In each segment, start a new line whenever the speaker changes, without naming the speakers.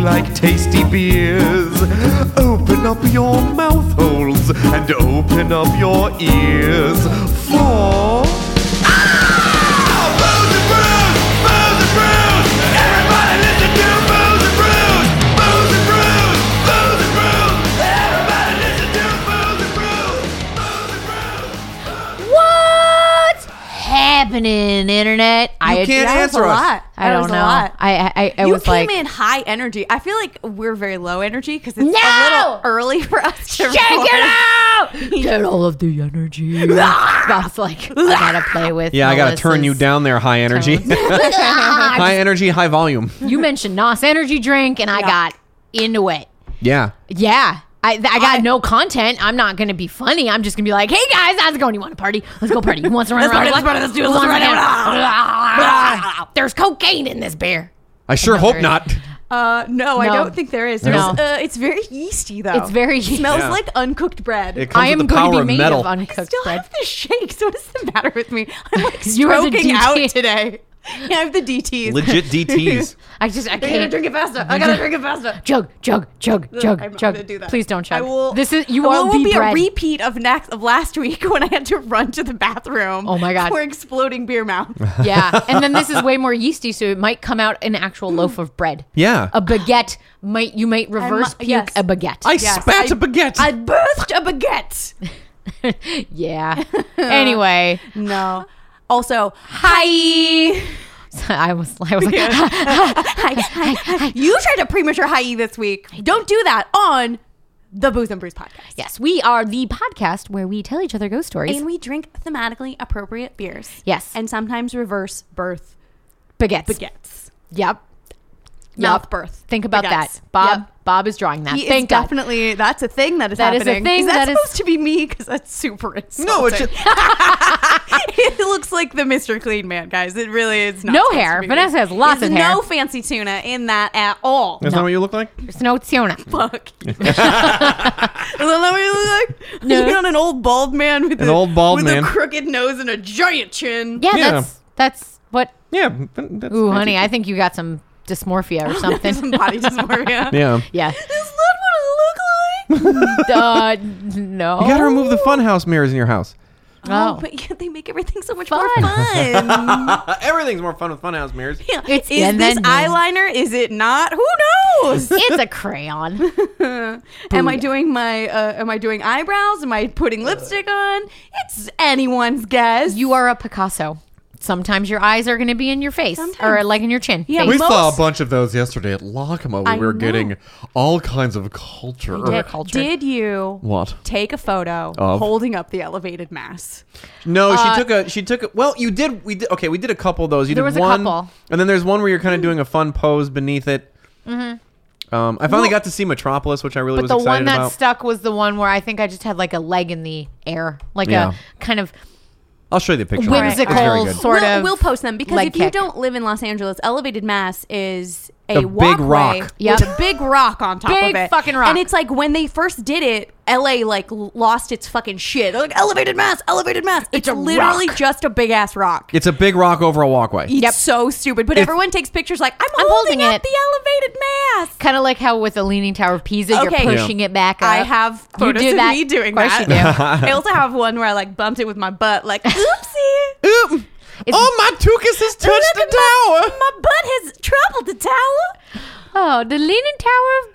like tasty beers. Open up your mouth holes and open up your ears for.
What's happening, internet? I
can't
I,
That
ask-
was
Answer
a
us.
lot.
I
That
don't
was a
know.
lot.
I I, I
you
was
came
like,
in high energy. I feel like we're very low energy because it's a
No!
little early for us to
check it
record.
out. Get all of the energy. Bob's like, I gotta play with.
Yeah, I gotta turn you
Melissa's
down there, high energy. high energy, high volume.
you mentioned Nos energy drink, and I got into it.
Yeah.
Yeah. I, th- I got no content. I'm not gonna be funny. I'm just gonna be like, "Hey guys, how's it going? You want to party? Let's go party. You want to run around?
party, let's party, let's do it,
You
let's
wanna
run
run around? There's cocaine in this beer.
I sure
there
hope
is.
not.
Uh, no, I
No.
don't think there is. There's,
No.
uh, it's very yeasty though.
It's very.
smells
Yeah.
like uncooked bread.
It comes
I am
with the
going
power
to be made
of metal.
of
I
uncooked
still
bread.
have the shakes. What is the matter with me? I'm like
You are the
stroking out
DT.
today. Yeah, I have the DTs.
Legit DTs.
I just I
I gotta
can't
drink it faster. I gotta drink it faster.
Chug, chug, chug, chug,
I'm not
chug.
gonna do that.
Please don't chug.
I will.
This is you
Well,
are
it
the
will be
bread.
a repeat of next of last week when I had to run to the bathroom.
Oh my God.
For exploding beer mouth.
yeah, and then this is way more yeasty, so it might come out an actual
Mm.
loaf of bread.
Yeah.
a baguette might you might reverse puke
yes.
a baguette.
I
Yes,
spat
I-
a baguette.
I birthed a baguette.
yeah. anyway,
No. Also, hi.
I was I was like,
Hi, hi, hi. You tried a premature hi this week. Don't do that on the Booze and Brews podcast.
yes, we are the podcast where we tell each other ghost stories.
And we drink thematically appropriate beers.
yes, and
And sometimes reverse birth
baguettes.
baguettes.
Yep.
Mouth
Yep.
birth.
Think about
baguettes.
that, Bob.
Yep.
Bob is drawing that.
He
Thank
is
God.
definitely that's a thing that is
That is a
happening.
thing
is that,
that is-
supposed to be me? Because that's super insulting.
no, it's just,
it looks like the Mr. Clean Man, guys. It really is not.
No
supposed
hair.
to be me.
Vanessa has lots
There's
of hair.
No fancy tuna in that at all.
That's not what you look like?
There's no tuna.
Fuck. you. is that what you look like?
No.
You got an old bald man with
An
a,
old bald
with
man.
a crooked nose and a giant chin.
Yeah,
Yeah.
that's that's what.
Yeah. that- that's-
Ooh, honey, I think you got some dysmorphia or
Some
something.
body dysphoria.
Yeah.
yeah.
Is that what it look like?
Uh, no.
You gotta remove the funhouse mirrors in your house.
Oh.
but yeah, they make everything so much
Fun.
more fun.
Uh, everything's more fun with funhouse mirrors.
Yeah.
It's
is
in
this
the name.
eyeliner? Is it not? Who knows?
it's a crayon.
am I doing my? Uh, am I doing eyebrows? Am I putting lipstick on? It's anyone's guess.
You are a Picasso. Sometimes your eyes are going to be in your face or
Sometimes.
like in your chin.
Yeah,
Face.
we-
We saw a
Most-
bunch of those yesterday at Lockma when
I
we were
know.
getting all kinds of culture.
did.
Or-
cultured.
Did you
What?
take a photo
Of?
holding up the elevated mass?
No, she took a. She took a. Well, you did. We did. Okay, we did a couple of those. You
Uh, There
did
was a
one,
couple.
and then there's one where you're kind of doing a fun pose beneath it. Mm-hmm. Um, I finally got to see Metropolis, which I really
But
was
the
excited
one that
about.
stuck was the one where I think I just had like a leg in the air, like
Yeah.
a kind of
I'll show you the picture. later.
whimsical
It's very good.
sort
we'll,
of.
we'll post them because
leg
if you
kick.
don't live in Los Angeles, elevated mass is a
The big
walkway
rock.
Yep.
with a big rock on top
Big
of it,
fucking rock.
And it's like when they first did it, LA like l- lost its fucking shit. They're like elevated mass, elevated mass. It's,
a
literally
rock.
just a big ass rock.
It's a big rock over a walkway.
It's
Yep.
so stupid, but
If-
everyone takes pictures like I'm,
I'm
holding,
holding
up
it.
the elevated mass.
Kind of like how with the Leaning Tower of Pisa,
Okay.
you're
Yeah.
pushing it back up.
I have photos
do
of
that.
me doing
Of course
that.
you do.
I also have one where I like bumped it with my butt, like oopsie.
Oop. oh, my tuchus has touched
Look
the
at my-
tower.
My butt has troubled the tower.
Oh, the Leaning Tower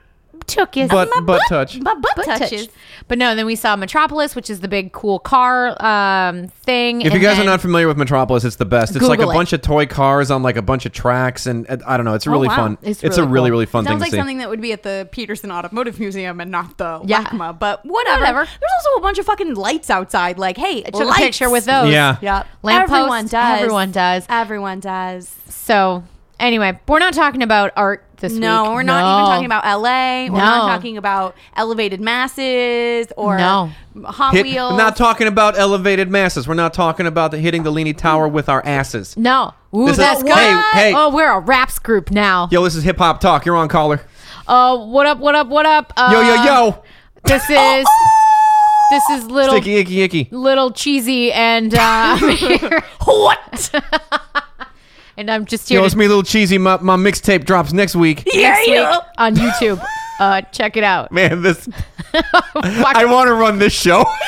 took it.
But but touch.
My butt,
Butt
touches.
touch. But no, then we saw Metropolis, which is the big cool car um, thing.
If you
and
guys
then-
are not familiar with Metropolis, it's the best. It's like a
Google it. Oh,
bunch of toy cars on like a bunch of tracks, and uh, I don't know. It's really
wow.
fun.
It's
a
really
really
cool.
really fun thing
Sounds
to
like
see.
something that would be at the Peterson Automotive Museum and not the
Yeah.
LACMA, but whatever.
Whatever.
There's also a bunch of fucking lights outside. Like, hey,
took
lights.
a picture with those.
Yeah.
Yep.
Lamppost,
everyone does.
everyone does.
Everyone does.
So anyway, we're not talking about art this week.
No, we're not even talking about LA. We're not
No.
talking about elevated masses or
No.
Hot
Hit-
Wheels.
I'm not talking about elevated masses. We're not talking about the hitting the leaning tower with our asses.
No. Ooh,
This is-
that's good.
hey, hey.
Oh, we're a raps group now.
Yo, this is hip hop talk. You're on caller.
Uh, what up, what up, what up? Uh,
Yo, yo, yo.
This
Oh.
is this is little
Sticky, icky, icky.
little cheesy and uh
what?
and I'm just here
Yo,
to
it's me, little cheesy. My, my mixtape drops next week.
Yeah,
next week on YouTube. Uh, check it out.
Man, this
Fuck.
I want to run this show.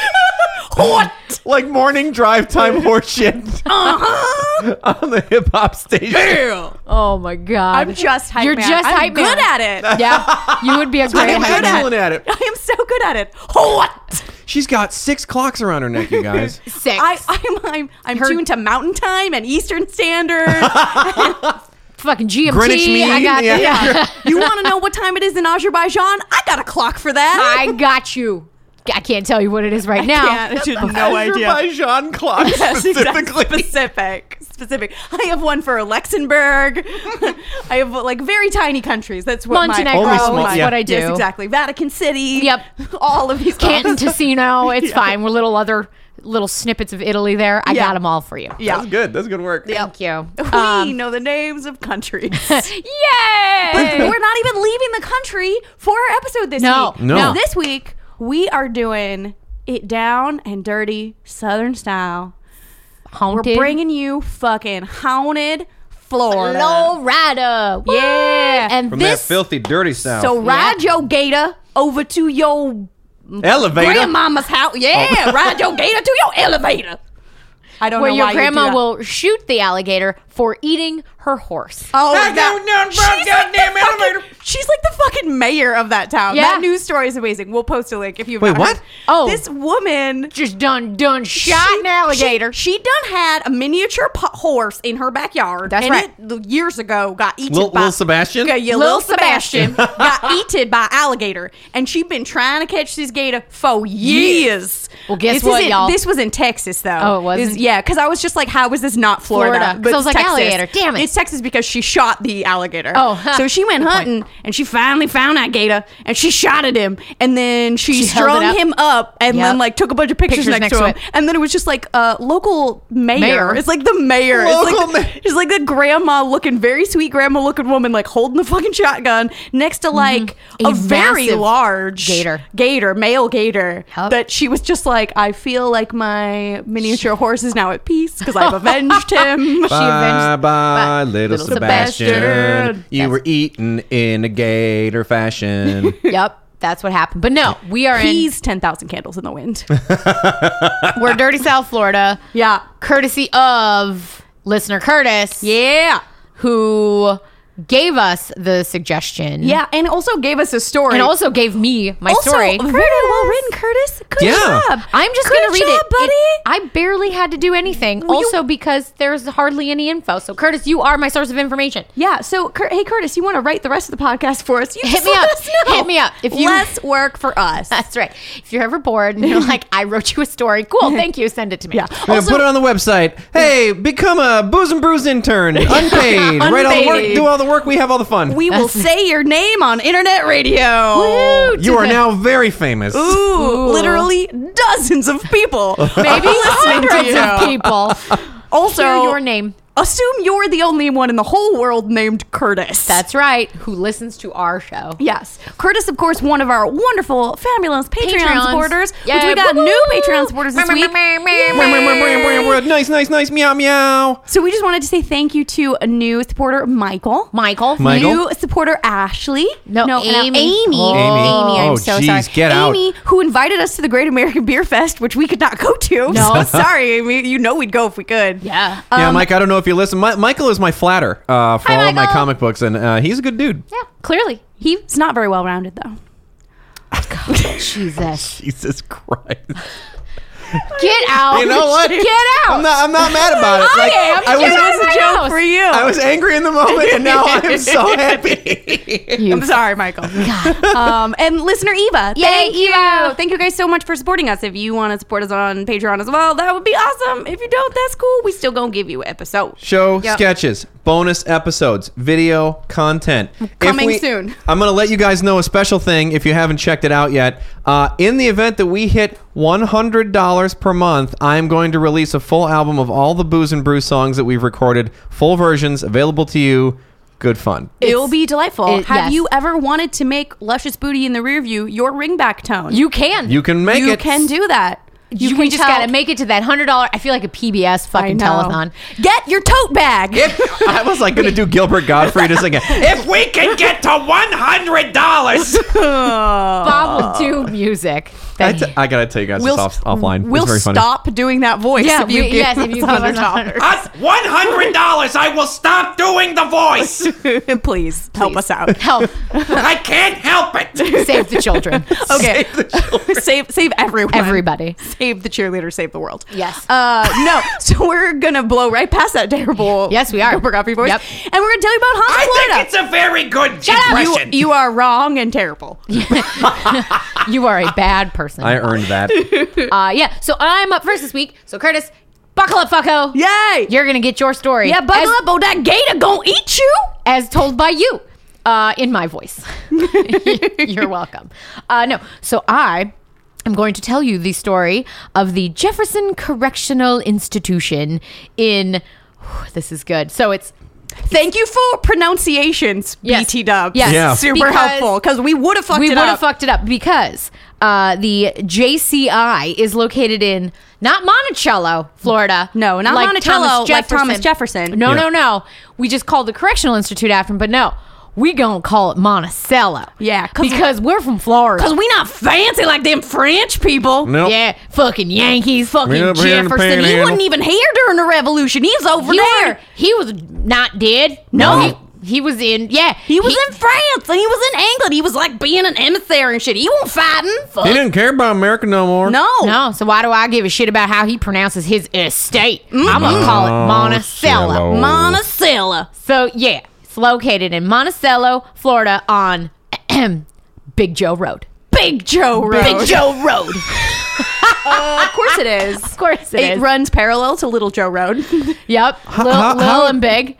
what? like morning drive time horseshit
Uh-huh.
on the hip hop station.
oh my god.
I'm just hype
You're
man.
just
I'm
hype
good
man.
at it.
Yeah, you would be a great
I'm
I'm
hype
good
man.
excellent at it.
I am so good at it. What?
She's got six clocks around her neck, you guys.
Six.
I, I'm I'm I'm
Her-
tuned to Mountain Time and Eastern Standard.
Fucking GMT.
Greenwich Mean.
I got. yeah.
you want to know what time it is in Azerbaijan? I got a clock for that.
I got you. I can't tell you what it is right now.
can't. I should have no idea.
Azerbaijan clock
Yes, exactly.
specifically.
Specific. Specific. I have one for Luxembourg. I have like very tiny countries. That's what
Montenegro
my
Only small-
is
yeah.
what I do.
Yes, exactly. Vatican City.
Yep.
All of these.
Canton
clocks.
Ticino. It's fine. We're little other little snippets of Italy there. I
Yeah.
got them all for you.
Yeah.
That's good. That's good work.
Yeah.
Thank you. Um,
We know the names of countries.
Yay!
We're not even leaving the country for our episode this
No,
week.
No. no.
This week we are doing it down and dirty Southern style. We're
Haunted
bringing you fucking haunted Florida.
Florida. Woo!
Yeah.
And
From
this
that filthy, dirty sound.
so ride your gator over to your
Elevator.
grandmama's house. Yeah, ride your gator to your elevator. I don't
where
know
your
why you do
grandma
that.
will shoot the alligator for eating her horse.
Oh,
Knock
that-
down, down, brown,
she's like the
goddamn
fucking-
elevator.
She's like the fucking mayor of that town.
Yeah.
That news story is amazing. We'll post a link if you've
Wait,
not
what?
heard.
Oh.
this woman
Just done, done, shot
she-
an alligator.
She, she done had a miniature po- horse in her backyard.
That's
and
right.
It, years ago, got eaten
Lil-
by
Lil Sebastian?
Okay, yeah,
Lil
Lil Sebastian got eaten by alligator, and she been trying to catch this gator for years.
Well, guess
This
what,
is in-
y'all?
This was in Texas, though.
Oh, it was
This-
in-
yeah, because I was just like, how is this not Florida?
Florida. 'Cause I was
it's
like, alligator, damn it.
It's Texas because she shot the alligator.
Oh, huh.
so she went
Good point.
hunting, and she finally found that gator, and she shot at him, and then she,
She held it
strung
up.
him up, and
Yep.
then like took a bunch of pictures,
Pictures
next,
next
to
to
him,
it.
and then it was just like uh, local mayor.
Mayor.
It's like the mayor.
Local
it's like,
ma-
It's like the grandma looking, very sweet grandma looking woman, like holding the fucking shotgun next to like
Mm-hmm. A
a, very
massive
large
gator.
gator, male gator.
Yup.
That she was just like, I feel like my miniature horse is now at peace because I've avenged him.
She
Bye
avenged-
bye, little,
little
Sebastian.
Sebastian.
You were eaten in a gator fashion.
yep, that's what happened. But no, we are in
He's ten thousand candles in the wind.
we're dirty South Florida,
yeah,
courtesy of listener Curtis,
yeah,
who gave us the suggestion.
yeah, and also gave us a story.
and also gave me my
Also,
story.
very well written, Curtis. Good
Yeah.
job.
I'm just
Good
gonna read
job,
it.
buddy.
It- I barely had to do anything. also, because there's hardly any info. So, Curtis, you are my source of information.
Yeah. So, Cur- hey, Curtis, you want to write the rest of the podcast for us? You
Hit
just
me
let
up.
us know.
Hit me up. If you-
less work for us.
That's right. If you're ever bored and you're like, I wrote you a story, cool, thank you, send it to me.
Yeah.
We're gonna put it on the website. Hey, become a booze and bruise intern, unpaid. Write all the work,
Unpaid.
do all the work. We have all the fun.
We will say your name on internet radio.
Woo,
you are now very famous.
Ooh, literally dozens of people.
maybe
listening to
hundreds of
you.
people.
Also,
Hear your name.
Assume you're the only one in the whole world named Curtis.
That's right. Who listens to our show?
Yes. Curtis, of course, one of our wonderful, fabulous Patreon
Patreons.
supporters, which
Yay.
we got
Woo-hoo.
new Patreon supporters this
Meow, meow,
week.
meow, meow,
Yay.
meow, meow,
Nice, nice, nice. Meow, meow.
So we just wanted to say thank you to a new supporter, Michael.
Michael.
Michael.
New supporter Ashley.
No, Amy.
Amy.
Oh.
Amy, I'm
Oh,
so
jeez,
sorry.
get out.
Amy, who invited us to the Great American Beer Fest, which we could not go to.
No.
So sorry, Amy. You know we'd go if we could.
Yeah.
yeah,
Um,
Mike. I don't know if you listen. Mi- Michael is my flatter uh, for
Hi,
all of my
Michael.
comic books, and uh, he's a good dude.
Yeah, clearly. He
He's not very well rounded, though.
Jesus.
Jesus Christ.
Get out.
You know what?
Get out.
I'm not. I'm not mad about it.
I
Like,
am.
I
Get
was.
out of my house.
For you.
I was angry in the moment, and now I am so happy.
You
I'm sorry, Michael. um, and listener Eva.
Yay,
thank you.
Eva.
Thank you guys so much for supporting us. If you want to support us on Patreon as well, that would be awesome. If you don't, that's cool. We still gonna give you an episode.
Show
Yep.
sketches, bonus episodes, video content If
Coming soon.
I'm going to let you guys know a special thing if you haven't checked it out yet. Uh, in the event that we hit $100 per month, I'm going to release a full album of all the Booze and Brew songs that we've recorded, full versions available to you. Good fun.
It'll be delightful.
it-
Have
yes.
you ever wanted to make luscious booty in the rear view your ringback tone?
You can.
You can make
you
it.
can do that.
You,
You
we
can
just
tell-
got to make it to that hundred dollar. I feel like a PBS fucking
I know.
telethon.
Get your tote bag.
If, I was like going to do Gilbert Godfrey just again. If we can get to one hundred dollars,
Bob will do music.
I
that
t-
he-
I gotta tell you guys this off, offline.
We'll
it's very funny.
stop doing that voice
Yeah,
if you
we-
give
yes,
us
if you give us
hundred dollars.
One hundred dollars. I will stop doing the voice.
Please help us out.
help
I can't help it.
save the children.
Oh,
Okay, save save everyone.
Everybody.
save the cheerleader, save the world.
Yes.
Uh, no. So we're gonna blow right past that terrible.
Yes, we are.
Gilbert Gottfried voice,
Yep.
and we're gonna tell you about Hans
I
Florida.
think it's a very good
you,
impression.
you are wrong and terrible.
You are a bad person.
I earned that.
Uh, yeah. So I'm up first this week. So Curtis, buckle up, fucko.
Yay!
You're gonna get your story.
yeah, buckle
as,
up, or that gator gonna eat you.
as told by you, uh, in my voice. You're welcome. Uh, no. So I. am going to tell you the story of the Jefferson Correctional Institution in. whew, this is good. So it's
Thank you for pronunciations,
Yes.
BT Dubs.
Yes.
Yeah.
super
Because
helpful because we would have fucked
we
it
would
up.
have fucked it up because uh, the JCI is located in not Monticello, Florida.
No, not Monticello, like Thomas Jefferson.
No,
Yeah.
no, no. We just called the correctional institute after him, but no, we gonna call it Monticello.
Yeah, 'cause-
because we're from Florida.
Cause we not fancy like them French people.
Nope.
Yeah, fucking Yankees, fucking
We up here in the
Jefferson. He
panhandle.
wasn't
even here during the revolution. He's over
even
there.
there. He was not dead.
No.
he, he was in. Yeah,
He was in France and he was in England. He was like being an emissary and shit. He won't fighting. Fuck.
He didn't care about America no more.
No.
No, so why do I give a shit about how he pronounces his estate? I'm gonna call
Oh,
it Monticello.
Monticello.
Monticello.
So yeah, it's located in Monticello, Florida, on Big Joe Road.
Big Joe Road.
Big Joe Road.
Uh, of course it is.
of course
It
it is.
runs parallel to Little Joe Road.
yep, little,
how-
little
how-
and big.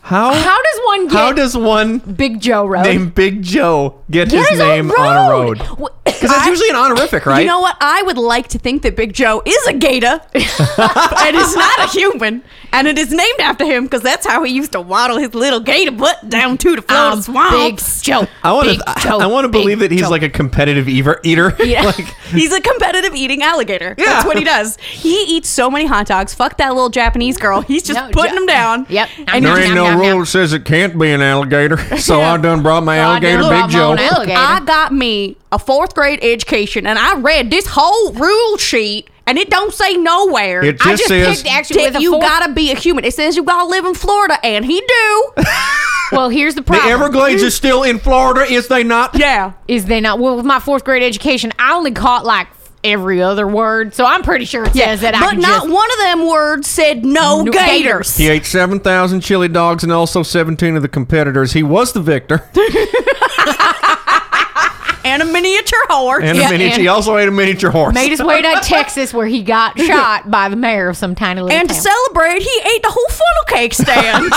How?
How does one get
how does one
Big Joe Road?
named Big Joe get
Get
his
his own
name on a road?
W-
Because that's usually an honorific, right?
You know what? I would like to think that Big Joe is a gator and is not a human. And it is named after him because that's how he used to waddle his little gator butt down to the Florida
I'm Um, Big
swamps.
Joe.
I want
Big
to.
Joe,
I want to
Big
believe that he's
Joe.
like a competitive eater. eater.
Yeah.
like,
He's a competitive eating alligator.
Yeah.
That's what he does. He eats so many hot dogs. Fuck that little Japanese girl. He's just
No,
putting
Ja-
them down.
Yep.
And
Nom,
he-
There ain't nom, no nom, rule nom. that
says it can't be an alligator. So
Yeah. I
done brought my
So I alligator done Big brought my Joe. own alligator.
I got me a fourth grade education and I read this whole rule sheet and it don't say nowhere.
It
I just
This is-
picked actually with
that
a
you
four-
gotta be a human. It says you gotta live in Florida, and he do.
Well, here's the
The
problem.
Everglades is still in Florida, is they not?
yeah,
is they not? Well, with my fourth grade education, I only caught like every other word, so I'm pretty sure it says that I
but
can
not
just
one of them words said no,
No
gators.
He ate 7,000 chili dogs and also 17 of the competitors. He was the victor.
and a miniature horse.
And
Yeah,
a miniature,
and-
he also ate a miniature horse.
made his way to Texas where he got shot by the mayor of some tiny little
And to
town.
celebrate, he ate the whole funnel cake stand.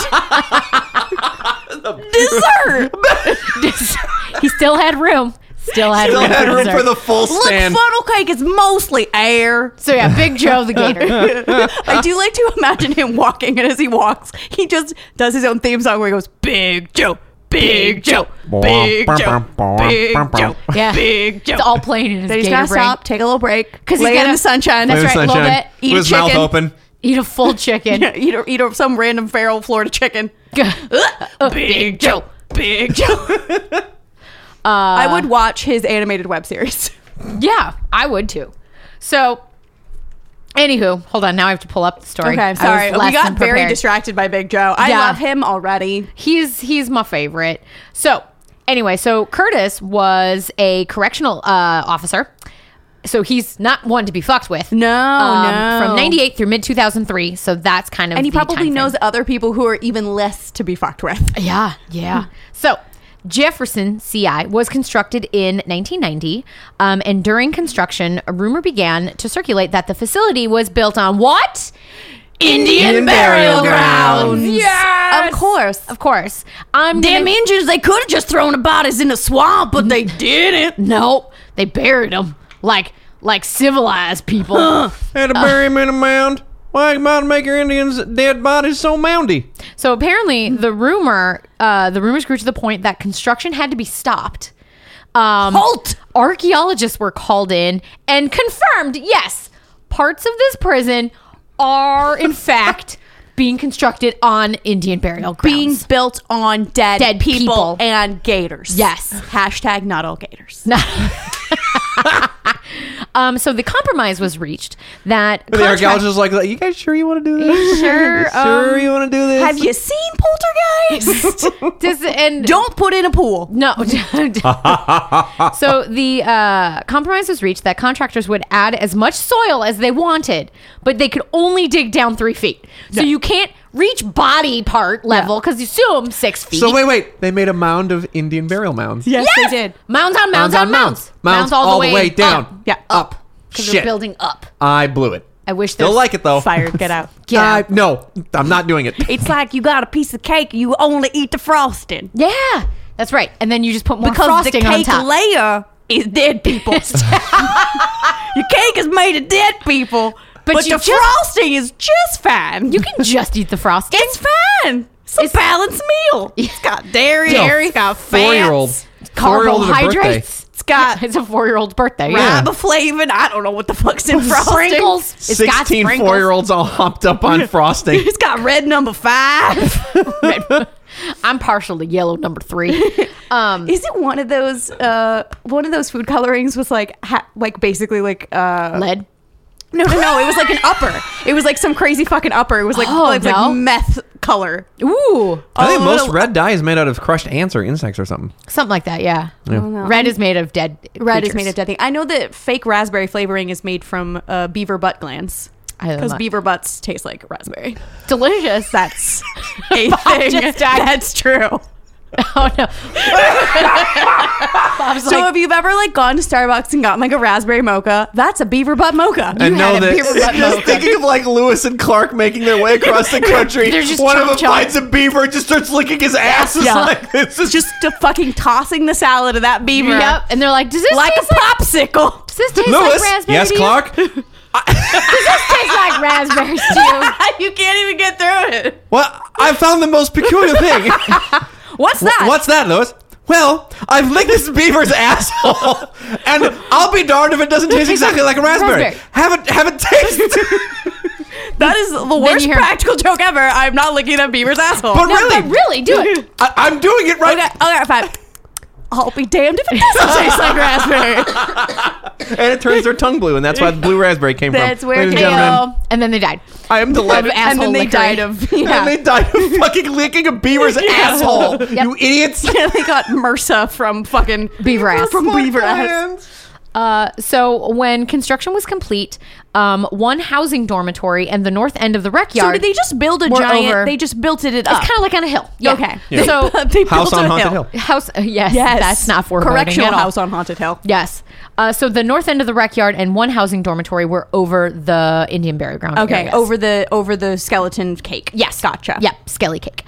Dessert.
he still had room. Still had
Still
room,
had
for,
room for
dessert.
the full
Look,
stand.
funnel cake is mostly air.
So yeah, Big Joe the Gator.
I do like to imagine him walking, and as he walks, he just does his own theme song where he goes, "Big Joe, Big Joe, Big Joe, Big Joe,
Yeah.
Big Joe."
It's all playing in his
Then he's
gator
gotta
brain.
stop, take a little break,
'Cause he's
lay in
gotta-
the sunshine.
That's
Little
right, a little
sunshine.
bit.
Eat
With his
chicken.
mouth open.
Eat a full chicken.
Yeah, eat, a, eat a, some random feral Florida chicken. Big Joe, Uh, Big Joe. I would watch his animated web series.
Yeah, I would too. So, anywho, hold on. Now I have to pull up the story. I was
sorry. We
less
got
than
very
prepared.
distracted by Big Joe. I
Yeah.
love him already.
He's he's my favorite. So anyway, so Curtis was a correctional uh, officer. So he's not one to be fucked with. Um,
No, no.
From '98 through mid 2003, so that's kind of
And he
the
probably
timeframe.
knows other people who are even less to be fucked with.
Yeah, yeah. Hmm. So Jefferson CI was constructed in 1990, um, and during construction, a rumor began to circulate that the facility was built on what?
Indian burial grounds.
Yes! Of course.
Of course. I'm
Damn
gonna-
Indians, they could have just thrown the bodies in the swamp, but they didn't.
Nope, they buried him like like civilized people.
Had to bury him in a mound. Why might make your Indians' dead bodies so moundy?
so apparently, the rumor uh, the rumors grew to the point that construction had to be stopped. Um,
Halt!
Archaeologists were called in and confirmed, yes, parts of this prison are, in fact, being constructed on Indian burial grounds.
being built on dead,
Dead people.
and gators.
Yes.
Hashtag not all gators.
um, so the compromise was reached that
The
contract-
archaeologist like, you guys sure you want to do this?
You sure,
sure
um,
you want to do this?
Have you seen Poltergeist?
Does- and
Don't put in a pool.
No. so the uh, compromise was reached that contractors would add as much soil as they wanted, but they could only dig down three feet. So you can't reach body part level because you assume six feet.
So wait, wait. They made a mound of Indian burial mounds.
Yes,
Yes!
they did.
Mounds on mounds, on mounds.
Mounds, all, the way, down.
up.
Yeah,
up.
Because they're
Shit.
building up.
I blew it.
I wish
Still
there's-
like it though.
Fired. Get out.
Get
I-
out.
no, I'm not doing it.
It's like you got a piece of cake. You only eat the frosting
Yeah, that's right. And then you just put more
because the
frosting on
cake
top.
layer is dead people. Your cake is made of dead people,
But
but,
you
the
just-
frosting is just fine.
you can just eat the frosting.
It's fine. It's a balanced meal. It's got dairy.
Still,
It's got fats.
four-year-old. Four-year-old at a birthday.
carbohydrates.
It's got
It's a four-year-old's birthday. Yeah.
riboflavin. I don't know what the fuck's in frosting.
Sprinkles. It's got
16
sprinkles.
four year olds all hopped up on frosting.
It's got red number five.
I'm partial to yellow number three. Um,
Is it one of those? Uh, one of those food colorings was like, ha- like basically like. Uh,
lead.
no, no, no. It was like an upper. It was like some crazy fucking upper. It was like,
Oh,
it was
no.
like meth color.
Ooh,
I think
Oh,
most
no.
red dye is made out of crushed ants or insects or something.
something like that. Yeah.
Yeah.
Red is made of dead.
Oh, Red
creatures.
is made of dead thing. I know that fake raspberry flavoring is made from uh, beaver butt glands
I
Oh,
love
because
that.
beaver butts taste like raspberry.
Delicious.
That's a
Bob
thing.
just died.
That's true.
oh no. Bob's
So
like,
if you've ever like gone to Starbucks and got like a raspberry mocha, that's a beaver butt mocha.
And
had a beaver butt mocha.
just thinking of like Lewis and Clark making their way across the country.
They're just
One of them
chomp chomp.
finds a beaver and just starts licking his ass. It's
Yeah.
like, this is
just to fucking tossing the salad of that beaver
yep. And they're like, does this
like a
taste like,
popsicle.
does this taste
Lewis.
like raspberries?
yes,
to you?
Clark.
Does this taste like raspberries to you?
you can't even get through it.
Well, I found the most peculiar thing.
What's that?
What's that, Lewis? Well, I've licked this beaver's asshole, and I'll be darned if it doesn't taste exactly like a raspberry.
Raspberry.
Have it, have it taste.
that is the worst
you hear-
practical joke ever. I'm not licking at beaver's asshole.
But
No,
really,
but really, do it.
I, I'm doing it right.
okay, okay, fine. I'll be damned if it doesn't taste like raspberry.
and it turns their tongue blue, and that's why the blue raspberry came from.
That's where
Ladies and
they
gentlemen,
Ayo. And then they died.
I am delighted.
Of
and then they
Asshole
died
licking.
of yeah.
And they died of fucking licking a beaver's asshole. You idiots.
they got MRSA from fucking
Beaver ass.
from beaver ass.
Uh, so when construction was complete, um, one housing dormitory and the north end of the rec yard.
So did they just build a
We're
giant?
over.
They just built it up.
It's kind of like on a hill. Yeah.
Okay.
Yeah.
So
they
House
built
on
a
Haunted
hill.
Hill.
house. uh, yes, That's not foreboding
correctional
at all.
house on haunted hill.
Yes. Uh, so the north end of the rec yard and one housing dormitory were over the Indian burial ground.
Okay,
areas.
over the over the skeleton cake.
Yes.
gotcha.
Yep, skelly cake.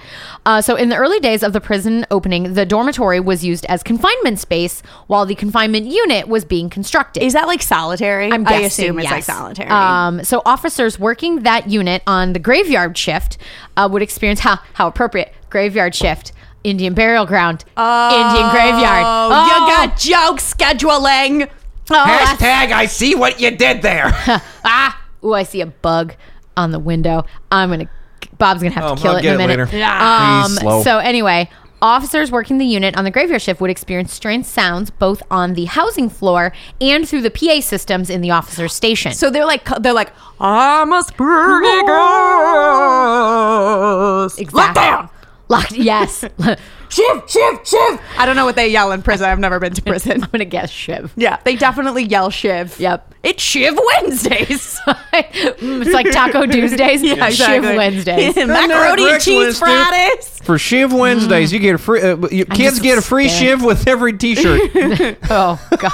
Uh, so, in the early days of the prison opening, the dormitory was used as confinement space while the confinement unit was being constructed.
Is that like solitary?
I'm
I
guessing,
assume it's
yes.
like solitary.
Um, so officers working that unit on the graveyard shift uh, would experience how how appropriate graveyard shift, Indian burial ground, Indian graveyard.
oh, you got joke scheduling. Uh,
Oh, that's-
Hashtag I see what you did there.
ah. Ooh, I see a bug on the window. I'm gonna. Bob's gonna have
Um,
to kill
I'll
it in
get
a
it
minute.
later.
Yeah. Um,
He's slow.
So anyway. Officers working the unit on the graveyard shift would experience strange sounds both on the housing floor and through the PA systems in the officer's station.
So they're like they're like um, I'm a spooky ghost. Lock down.
Locked. Yes. I'm
Shiv, shiv, shiv. I don't know what they yell in prison. I've never been to prison.
gonna guess Shiv.
Yeah, they definitely yell shiv.
Yep.
It's Shiv Wednesdays.
Mm, it's like Taco Tuesdays. yeah, Shiv Wednesdays.
Macaroni and
Correct,
cheese
Wednesdays.
Fridays.
For Shiv Wednesdays, you get a free. Uh, you, kids
Mm. just
get a free
scared.
Shiv with every T-shirt.
oh God.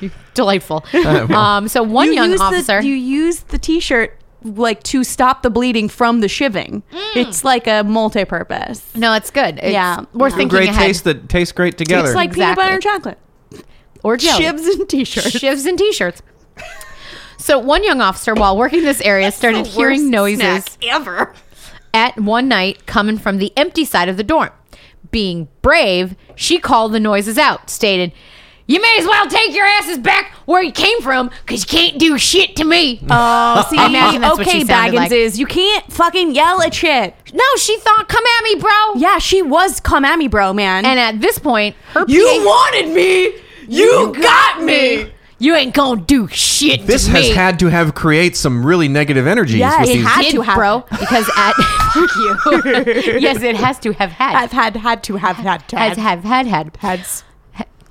You- Delightful.
well.
Um, so one young
use
officer.
The, you use the T-shirt like to stop the bleeding from the shiving. It's like a multi-purpose.
no, it's good. It's-
Yeah.
we're
Yeah.
thinking
Great
ahead.
taste that tastes great together.
It's like peanut
Exactly.
butter and chocolate.
or jelly.
Shivs and T-shirts.
shivs and t-shirts. So one young officer, while working this area, started
The
hearing
worst
noises
snack ever.
at one night coming from the empty side of the dorm. Being brave, she called the noises out, stated, you may as well take your asses back where you came from because you can't do shit to me.
Oh, see,
imagine that's what
okay,
she sounded
Baggins
like.
is. You can't fucking yell at shit.
no, she thought, come at me, bro.
Yeah, she was come at me, bro, man.
And at this point, her
you
PA
wanted me. You got me.
You ain't gonna do shit
This
to
has
me.
had to have create some really negative energies
Yes,
with
it
these.
has. had
Did,
to happen.
bro, because at fuck you. yes, it has to have had.
I've had had to have had to
has have had had
Heads.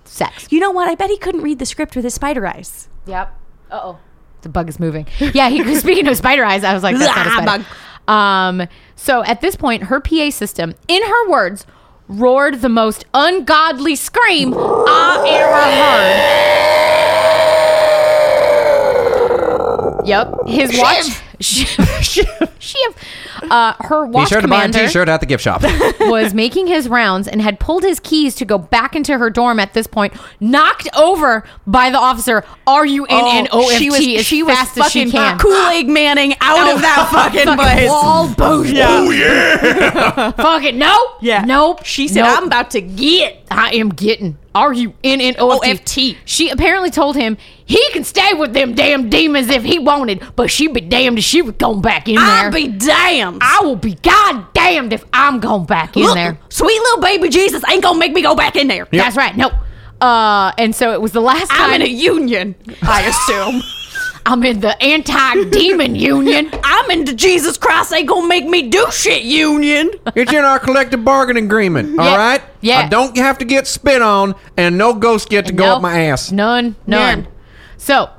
sex.
You know what? I bet he couldn't read the script with his spider eyes.
Yep. Uh oh. The bug is moving. Yeah, he speaking of spider eyes, I was like, that's not a
Ah,
spider. Um, so at this point, her PA system, in her words, roared the most ungodly scream ah, I've ever heard. Yep. His watch Shiv. Shiv. Uh, her
Be
watch
sure to buy a
commander
T-shirt at the gift shop.
was making his rounds and had pulled his keys to go back into her dorm at this point, knocked over by the officer. Are you in an OFT
Oh, she was,
as
she was
fast
fucking
as she can?
Kool Aid Manning out of that fucking,
fucking
place.
wall boost.
Oh, yeah.
Fuck it. No.
Yeah.
Nope.
She said,
Nope.
"I'm about to get."
I am getting. Are you in an OFT?
OFT.
She apparently told him he can stay with them damn demons if he wanted, but she be damned if she was going back in there.
I'll be damned.
I will be goddamned if I'm going back in
Look,
there.
sweet little baby Jesus ain't gonna make me go back in there.
That's right. No. Uh, and so it was the last time
I'm in a union, I assume.
I'm in the anti demon union.
I'm in the Jesus Christ ain't gonna make me do shit union.
it's in our collective bargaining agreement. All
Yeah,
right.
yeah.
I don't have to get spit on, and no ghosts get to go
No,
up my ass.
None, none.
None.
So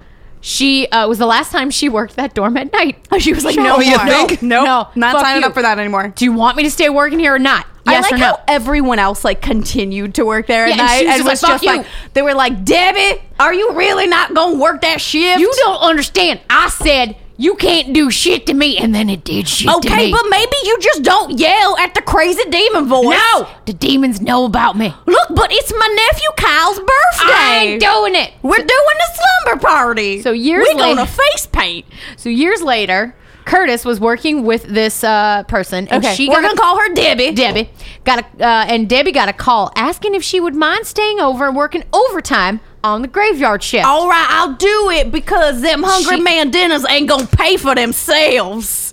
she uh, it was the last time she worked that dorm at night. She was like,
Oh,
no,
you
more.
think?
No,
not
fuck
signing
you.
up for that anymore.
Do you want me to stay working here or not? Yes
I like
or no?
how everyone else like continued to work there at
Yeah, and
night
she was
and
just
was
like,
just
"Fuck
like
you."
they were like, Debbie, are you really not gonna work that shift?
you don't understand. I said you can't do shit to me, and then it did shit to
Okay,
me.
but maybe you just don't yell at the crazy demon voice.
no, the demons know about me.
Look, but it's my nephew Kyle's birthday.
I ain't doing it.
We're doing the slumber party.
So years
We're gonna
later-
face paint.
So years later, Curtis was working with this uh, person, and she
we're
got
gonna call her Debbie.
Debbie got a uh, and Debbie got a call asking if she would mind staying over and working overtime on the graveyard shift.
All right, I'll do it because them hungry
She-
man dinners ain't gonna pay for themselves.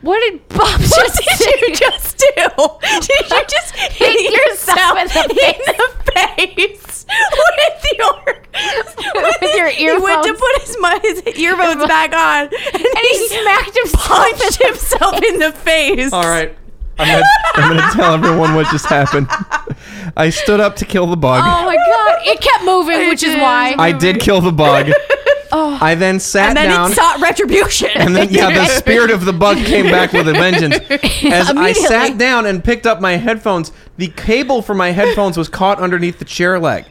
What did Bob
What
just say?
did you just do? Did you just hit
Hit yourself
yourself in
in
the
the
face, with your
With your
He went to
earphones.
put his mu- his earphones back on, and,
And he smacked himself.
punched himself in the face.
All right. I'm gonna, I'm gonna tell everyone what just happened. I stood up to kill the bug.
Oh my god! It kept moving, which is
did.
why.
I did kill the bug.
Oh.
I then sat
and then
down.
it sought retribution.
and then yeah, the spirit of the bug came back with a vengeance. As I
Immediately.
sat down and picked up my headphones, the cable for my headphones was caught underneath the chair leg.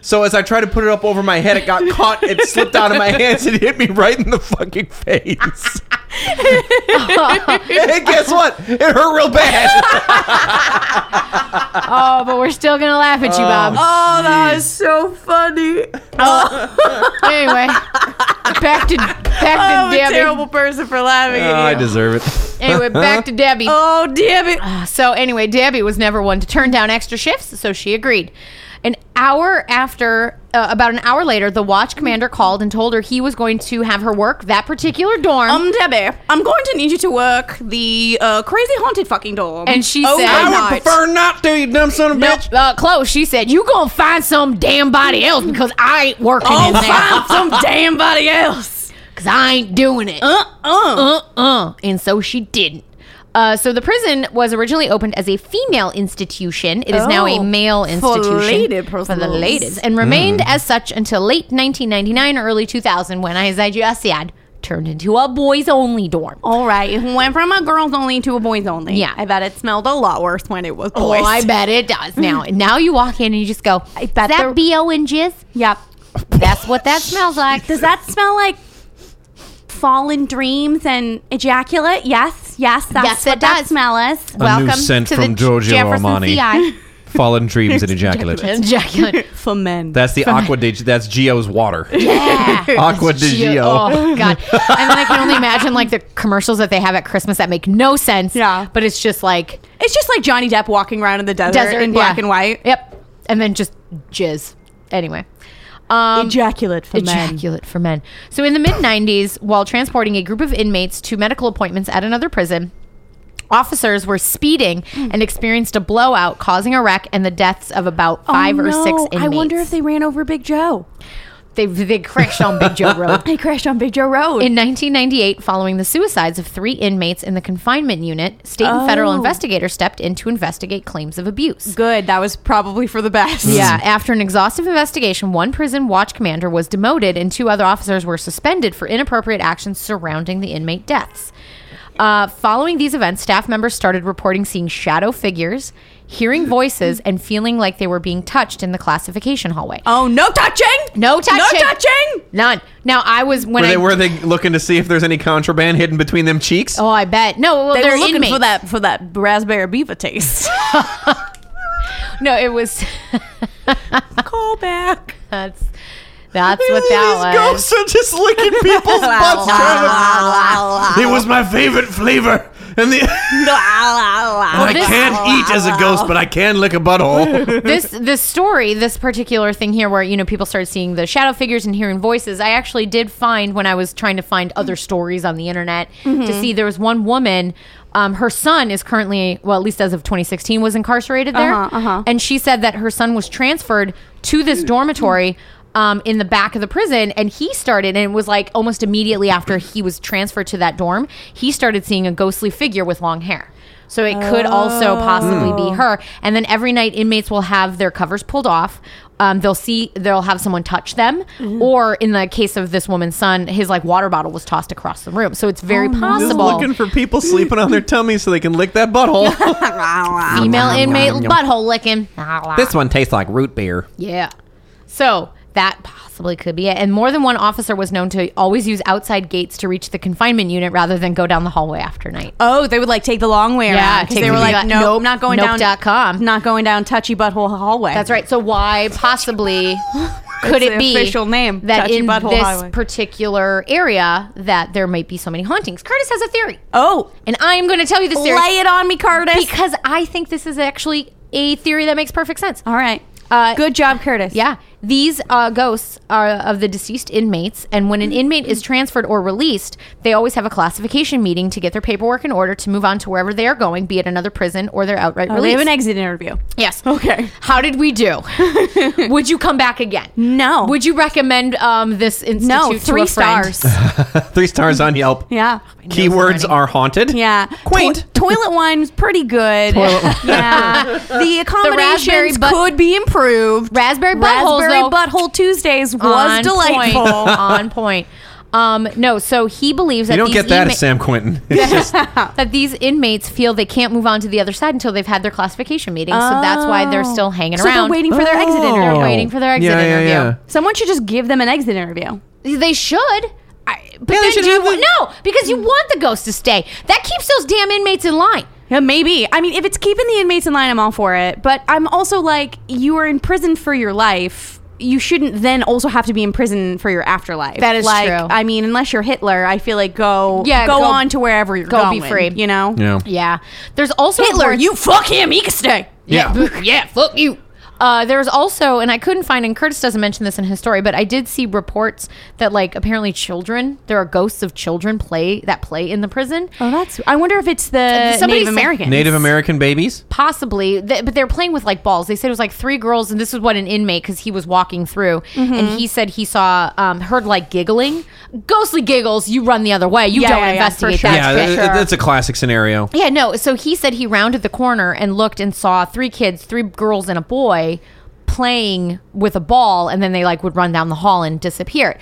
So as I tried to put it up over my head, it got caught. It slipped out of my hands and hit me right in the fucking face. and guess what? It hurt real bad.
oh, but we're still gonna laugh at you, Bob.
oh, that is so funny.
Anyway, back to back
I'm
to
a
Debbie.
Oh, terrible person for laughing.
Oh,
at
I
you.
deserve it.
Anyway, back to Debbie.
Oh, damn it.
So anyway, Debbie was never one to turn down extra shifts, so she agreed. An hour after, uh, about an hour later, the watch commander called and told her he was going to have her work that particular dorm.
Um, Debbie, I'm going to need you to work the uh, crazy haunted fucking door. Oh
And she said-
I
I'm
would
not.
prefer not to, you dumb son of a
no,
bitch.
uh, close. She said, "You gonna find some damn body else because I ain't working in
I'll
there
find some damn body else.
because I ain't doing it."
Uh, uh.
uh uh and so she didn't uh, so the prison was originally opened as a female institution. It is now a
Oh,
male
for
institution
lady
for the
prisoners.
ladies, and remained as such until late 1999, early 2000, when, as I just said, turned into a boys-only dorm.
All right, it went from a girls only to a boys only.
Yeah.
I bet it smelled a lot worse when it was
Oh,
boys.
I bet it does now. now you walk in and you just go,
I
"Is
bet
that
they're-
bo and jizz?"
Yep.
That's what that smells like.
Does that smell like fallen dreams and ejaculate? Yes, yes, that's
Yes,
what
it
that
does.
smell is.
Welcome to the Jefferson CI.
Fallen dreams and ejaculate.
Ejaculate.
For men.
That's the aqua de that's Geo's water.
Yeah.
Aqua de
Geo-
Geo.
Oh god. And then I can only imagine like the commercials that they have at Christmas that make no sense.
Yeah.
But it's just like
it's just like Johnny Depp walking around in the desert,
desert
in black
yeah.
and white.
Yep. And then just jizz. Anyway. Um,
Ejaculate for men.
ejaculate for men. So, in the mid 90s, while transporting a group of inmates to medical appointments at another prison, officers were speeding
Mm.
and experienced a blowout, causing a wreck and the deaths of about five
Oh,
or
no.
six inmates.
I wonder if they ran over Big Joe.
they they crashed on Big Joe Road.
They crashed on Big Joe Road.
In 1998, following the suicides of three inmates in the confinement unit, state and federal
Oh.
investigators stepped in to investigate claims of abuse.
Good. That was probably for the best.
Yeah, after an exhaustive investigation, one prison watch commander was demoted and two other officers were suspended for inappropriate actions surrounding the inmate deaths. Uh, following these events, staff members started reporting seeing shadow figures, hearing voices, and feeling like they were being touched in the classification hallway.
Oh, no touching.
No touching.
No touching.
None. Now I was when
Were
I
they, were they looking to see if there's any contraband hidden between them cheeks?
Oh, I bet. No, well,
They
are
were looking
inmates.
for that for that raspberry beaver taste.
No, it was.
Call back.
that's that's what that was.
are just licking people's
butts,
It was my favorite flavor, and the I
this-
can't eat as a ghost, but I can lick a butthole.
This this story, this particular thing here, where you know people started seeing the shadow figures and hearing voices. I actually did find when I was trying to find other stories on the internet to
Mm-hmm.
see there was one woman. Um, her son is currently, well, at least as of 2016, was incarcerated there,
Uh-huh, uh-huh. Mm.
and she said that her son was transferred to this dormitory. Um, in the back of the prison, and he started, and it was like almost immediately after he was transferred to that dorm, he started seeing a ghostly figure with long hair. So it could also possibly be her. And then every night, inmates will have their covers pulled off. Um, they'll see, they'll have someone touch them,
Mm-hmm.
or in the case of this woman's son, his like water bottle was tossed across the room. So it's very
Oh, Just
possible
looking for people sleeping on their tummies so they can lick that butthole.
female inmate butthole licking.
one tastes like root beer.
Yeah. So that possibly could be it. And more than one officer was known to always use outside gates to reach the confinement unit rather than go down the hallway after night.
Oh, they would like take the long way
Yeah,
around because
take
they
the
were
big-
like, no,
nope,
not going
nope
down.
dot com.
Not going down touchy butthole hallway.
That's right. So why possibly could
It's
it
the
be
official name,
that
Touchy
in
Butthole
this
Highway.
particular area that there might be so many hauntings? Curtis has a theory,
Oh,
and I am going to tell you this theory
lay it on me, Curtis.
because I think this is actually a theory that makes perfect sense.
All right.
Uh,
Good job, Curtis.
Yeah. These uh, ghosts are of the deceased inmates, and when an
Mm-hmm.
inmate is transferred or released, they always have a classification meeting to get their paperwork in order to move on to wherever they are going, be it another prison or their outright
Oh, they
release.
have an exit interview.
yes.
Okay.
How did we do? Would you come back again?
No.
Would you recommend um, this institute?
No,
to
three
a friend?
stars.
Three stars on Yelp.
yeah.
Keywords are haunted.
Yeah.
Quaint.
To- toilet wine's pretty good. yeah. The
raspberry
accommodations
butt-
could be improved.
Raspberry buttholes,
Raspberry
though.
Butthole Tuesdays
On
was delightful.
Point. on point. Um, no, so he believes that
You don't
these
get that
inma-
at Sam Quentin. It's just
that these inmates feel they can't move on to the other side until they've had their classification meeting. So that's why they're still hanging
Oh. So they're
around.
waiting for their exit
Oh.
interview.
They're waiting for their exit
Yeah, yeah,
interview.
yeah.
Someone should just give them an exit interview.
They should. I, but
Yeah, they
then
should
do you
have
want,
the-
no, because you want the ghost to stay. That keeps those damn inmates in line.
Yeah, maybe. I mean, if it's keeping the inmates in line, I'm all for it. But I'm also like, you are in prison for your life. You shouldn't then also have to be in prison for your afterlife.
That is
like,
true.
I mean, unless you're Hitler, I feel like go
Yeah,
go,
go-
on to wherever you're
go be
going.
free.
You know.
Yeah.
Yeah. There's also reports-
fuck him. He can stay.
Yeah.
yeah, yeah, fuck you. Uh, there's also, and I couldn't find, and Curtis doesn't mention this in his story, but I did see reports that like apparently children, there are ghosts of children play that play in the prison.
Oh, that's. I wonder if it's the
Somebody
Native
said-
Americans.
Native American babies.
possibly th- but they're playing with like balls they said it was like three girls and this is what an inmate because he was walking through and
Mm-hmm.
he said he saw um, heard like giggling ghostly giggles you run the other way you
Yeah,
don't
yeah, yeah,
investigate
for sure.
that
yeah,
shit.
it- it- it's a classic scenario.
yeah no so he said he rounded the corner and looked and saw three kids three girls and a boy playing with a ball and then they like would run down the hall and disappear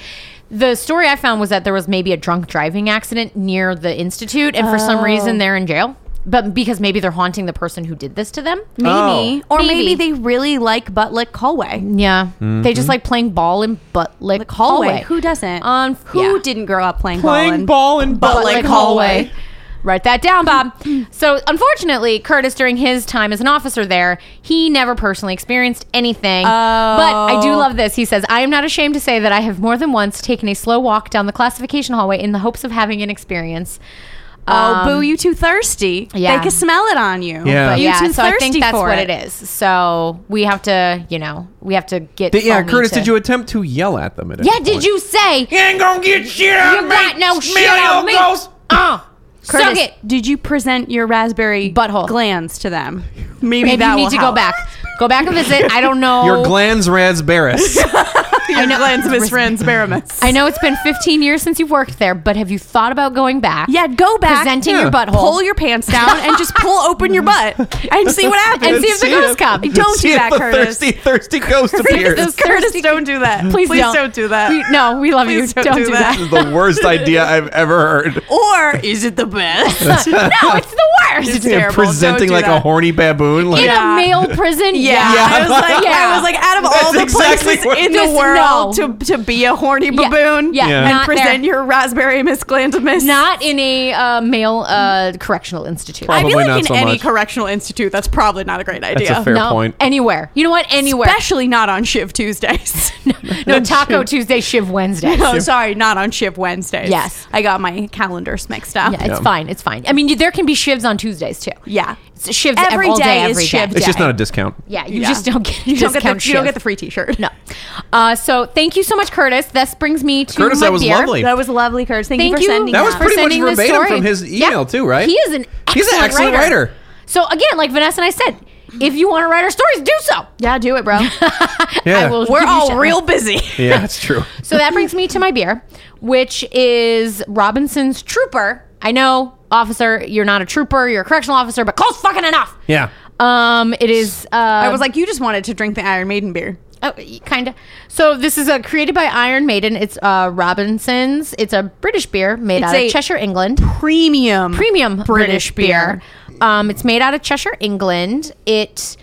the story i found was that there was maybe a drunk driving accident near the institute and for some reason they're in jail but because maybe they're haunting the person who did this to them
Mm. Maybe. Or maybe.
Maybe.
they really like buttlick hallway.
Yeah. They just like playing ball in butt lick hallway.
Who doesn't?
On
Um, who
yeah.
didn't grow up playing,
Playing ball and
butt
butt
lick
lick
hallway?
Write that down, Bob. so, unfortunately, Curtis, during his time as an officer there, he never personally experienced anything. But I do
Oh.
love this. He says, I am not ashamed to say that I have more than once taken a slow walk down the classification hallway in the hopes of having an experience. Um,
oh, boo! You too thirsty.
yeah.
they can smell it on you.
Yeah.
but you
yeah,
too
so
thirsty
I think that's
for
what
it.
it is. So we have to, you know, we have to get.
Did- yeah,
Foamy
Curtis,
to-
did you attempt to yell at them? At any
Yeah, did
point?
you say you
You ain't gonna get shit out of me.
got
Smell
no shit
your
on me?
ghost.
Uh, suck
Curtis,
it.
Did you present your raspberry
Butthole.
glands to them? Maybe,
Maybe
that
you need
will
to go
help.
back. Go back and visit. I don't know.
Your glands raspberries.
Your glands, Miss Friends, Baramus.
I know it's been 15 years since you've worked there, but have you thought about going back?
Yeah, go back.
Presenting
Yeah.
your butthole.
Pull your pants down and just pull open your butt and see what happens.
And see if the ghosts come.
Don't
See
do
if
that,
a
Curtis.
Thirsty, thirsty ghost
those
appears.
Curtis,
thirsty-
don't do that.
Please,
don't. do that.
We- no, we love
Please
you. Don't, do that.
This is the worst idea I've ever heard.
Or is it the best?
no, it's the worst.
It's
In
Yeah,
terrible. Don't
presenting
do
like a
that.
horny baboon. Like,
Yeah.
a male prison.
Yeah.
Yeah.
I was like,
Yeah.
I was like, out of
That's
all the
exactly what-
places in
Just
the world
no.
to, to be a horny
Yeah.
baboon
Yeah.
Yeah.
and
Not
present
there.
your raspberry Miss Glandamus.
Not in a uh, male uh, correctional institute.
I feel
Probably
like
not
in
so
any
much.
correctional institute, that's probably not a great idea.
fair
no,
point.
anywhere. You know what? Anywhere.
Especially not on Shiv Tuesdays.
no Taco Tuesday, Shiv Wednesday.
Oh, sorry, not on Shiv Wednesdays.
Yes.
I got my calendars mixed up.
Yeah,
Yeah.
it's
Yeah.
fine. It's fine. I mean, you, there can be shivs on Tuesdays too. It's shivs ev-
Every
all
day is
every day.
shiv
it's just
day.
not a discount.
Yeah, you
Yeah.
just don't get you
You don't, get the,
discount
you don't
shiv.
get the free t shirt.
no. Uh, so thank you so much, Curtis. This brings me to
Curtis,
my
that was
beer.
lovely.
That was lovely, Curtis. Thank,
Thank
you for
you.
sending
That was
for
pretty much
sending this
verbatim
story.
from his
Yeah.
email, too, right?
He is an excellent,
He's an excellent writer.
So again, like Vanessa and I said, if you want to write our stories, do so.
Yeah, do it, bro.
Yeah.
I will give
We're
you
all
shout-
real busy.
Yeah, that's true.
So that brings me to my beer, which is Robinson's Trooper. I know, officer, you're not a trooper, you're a correctional officer, but close fucking enough.
Yeah.
Um, it is. Uh,
I was like, you just wanted to drink the Iron Maiden beer.
Oh, kind of. So this is uh, created by Iron Maiden. It's uh, Robinson's. It's a British beer made
It's
out of
a
Cheshire, England.
Premium.
Premium British, beer. Um, it's made out of Cheshire, England. It